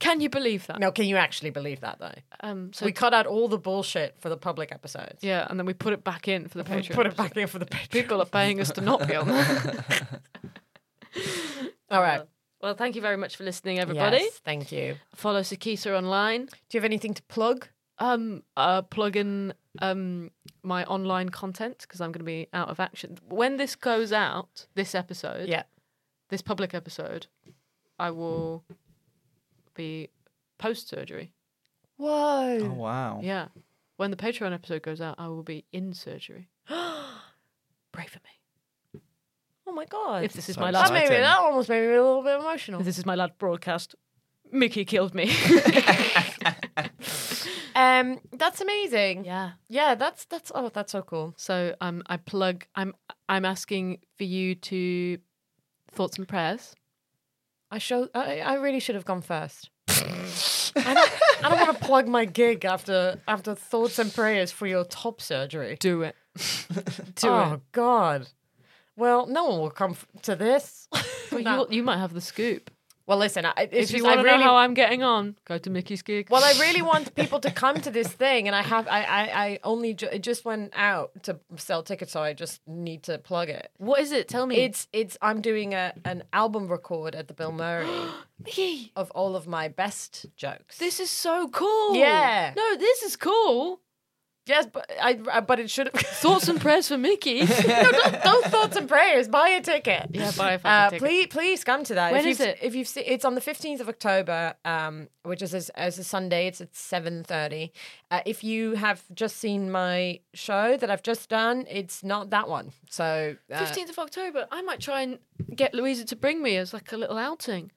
S4: Can you believe that?
S2: Now, can you actually believe that though?
S4: Um. So
S2: we cut out all the bullshit for the public episodes.
S4: yeah, and then we put it back in for the Patreon.
S2: Put it back in for the Patreon.
S4: People are paying us to not be on there.
S2: All right.
S4: Well, thank you very much for listening, everybody.
S2: Yes, thank you.
S4: Follow Sakisa online.
S2: Do you have anything to plug?
S4: Um, uh, plug in um my online content because I'm going to be out of action when this goes out. This episode,
S2: Yeah.
S4: this public episode, I will be post surgery.
S2: Whoa.
S3: Oh wow.
S4: Yeah, when the Patreon episode goes out, I will be in surgery. Pray for me.
S2: Oh my god.
S4: If this is
S3: So
S4: my
S2: that
S4: last,
S3: exciting.
S2: made me. That almost made me a little bit emotional.
S4: if this is my last broadcast. Mickey killed me.
S2: Um, that's amazing. Yeah.
S4: yeah.
S2: that's that's oh, that's so cool.
S4: So um, I plug. I'm I'm asking for you to thoughts and prayers.
S2: I show. I, I really should have gone first. I don't, I don't want to plug my gig after after thoughts and prayers for your top surgery.
S4: Do it. Do
S2: oh
S4: it.
S2: God. Well, no one will come f- to this.
S4: Well,
S2: No.
S4: you, you might have the scoop.
S2: Well, listen, I, it's
S4: if you
S2: just,
S4: want
S2: I
S4: to
S2: really,
S4: know how I'm getting on, go to Mickey's gig.
S2: well, I really want people to come to this thing, and I have, I, I, I only ju- it just went out to sell tickets, so I just need to plug it.
S4: what is it? Tell me.
S2: It's, it's, I'm doing a an album record at the Bill Murray
S4: Mickey.
S2: of all of my best jokes.
S4: This is so cool.
S2: Yeah.
S4: No, this is cool.
S2: yes, but I, I- but it should have.
S4: Thoughts and prayers for Mickey.
S2: no, don't, don't thoughts and prayers. Buy a ticket.
S4: yeah, buy a fucking
S2: Uh,
S4: ticket.
S2: please, please come to that.
S4: When
S2: if
S4: is
S2: you've,
S4: it?
S2: If you've seen, it's on the fifteenth of October, um, which is as, as a Sunday. It's at seven thirty. Uh, if you have just seen my show that I've just done, it's not that one. So uh,
S4: Fifteenth of October. I might try and get Louisa to bring me as like a little outing.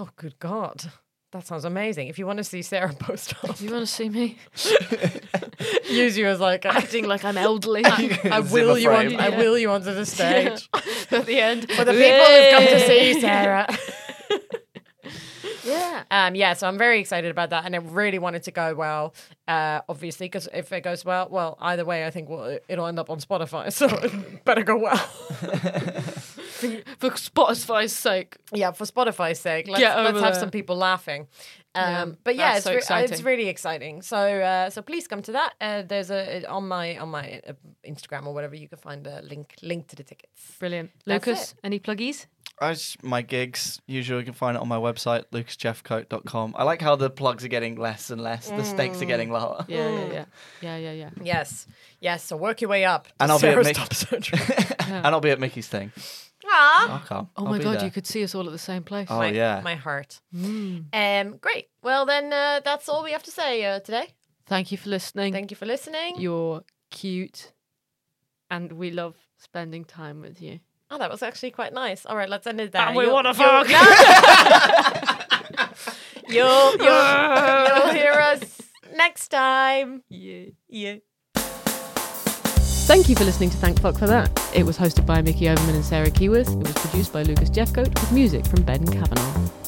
S2: Oh, good God. That sounds amazing. If you want to see Sarah post up,
S4: Do you want to see me
S2: use you as like a,
S4: acting like I'm elderly?
S2: I will you on,
S3: frame.
S2: I will you onto the stage.
S4: at the end
S2: For the people who've come to see Sarah.
S4: Yeah.
S2: Um, yeah, so I'm very excited about that, and I really want it to go well. Uh, obviously, because if it goes well, well, either way, I think well, it'll end up on Spotify, so it better go well.
S4: For Spotify's sake.
S2: yeah, for Spotify's sake, let's,
S4: Get
S2: let's
S4: over
S2: have
S4: there.
S2: some people laughing. Um,
S4: Yeah,
S2: but yeah,
S4: that's
S2: it's,
S4: so
S2: re- uh, it's
S4: exciting.
S2: really exciting. So uh, so please come to that. Uh, there's a on my on my uh, Instagram or whatever you can find a link link to the tickets.
S4: Brilliant.
S2: That's
S4: Lucas, any pluggies?
S3: I just, my gigs, usually you can find it on my website, lucasjeffcoat.com. I like how the plugs are getting less and less, the stakes are getting lower.
S4: Yeah, yeah, yeah, yeah, yeah, yeah.
S2: Yes, yes. So work your way up. to
S3: And I'll be at
S2: Sarah's
S3: Mick-
S2: top surgery.
S3: and I'll be at Mickey's thing.
S2: Aw.
S3: I'll come.
S4: Oh
S3: I'll
S4: my
S3: be
S4: god,
S3: there.
S4: you could see us all at the same place.
S3: Oh,
S2: my,
S3: yeah.
S2: my heart. Um, great. Well, then uh, that's all we have to say uh, today.
S4: Thank you for listening.
S2: Thank you for listening.
S4: You're cute, and we love spending time with you.
S2: Oh, that was actually quite nice. All right, let's end it there.
S4: And we
S2: You'll-
S4: wanna
S2: you'll-
S4: fuck.
S2: You'll, you'll, you'll hear us next time.
S4: Yeah.
S2: Yeah.
S1: Thank you for listening to Thank Fuck for That. It was hosted by Mickey Overman and Sarah Keyworth. It was produced by Lucas Jeffcoat with music from Ben Kavanagh.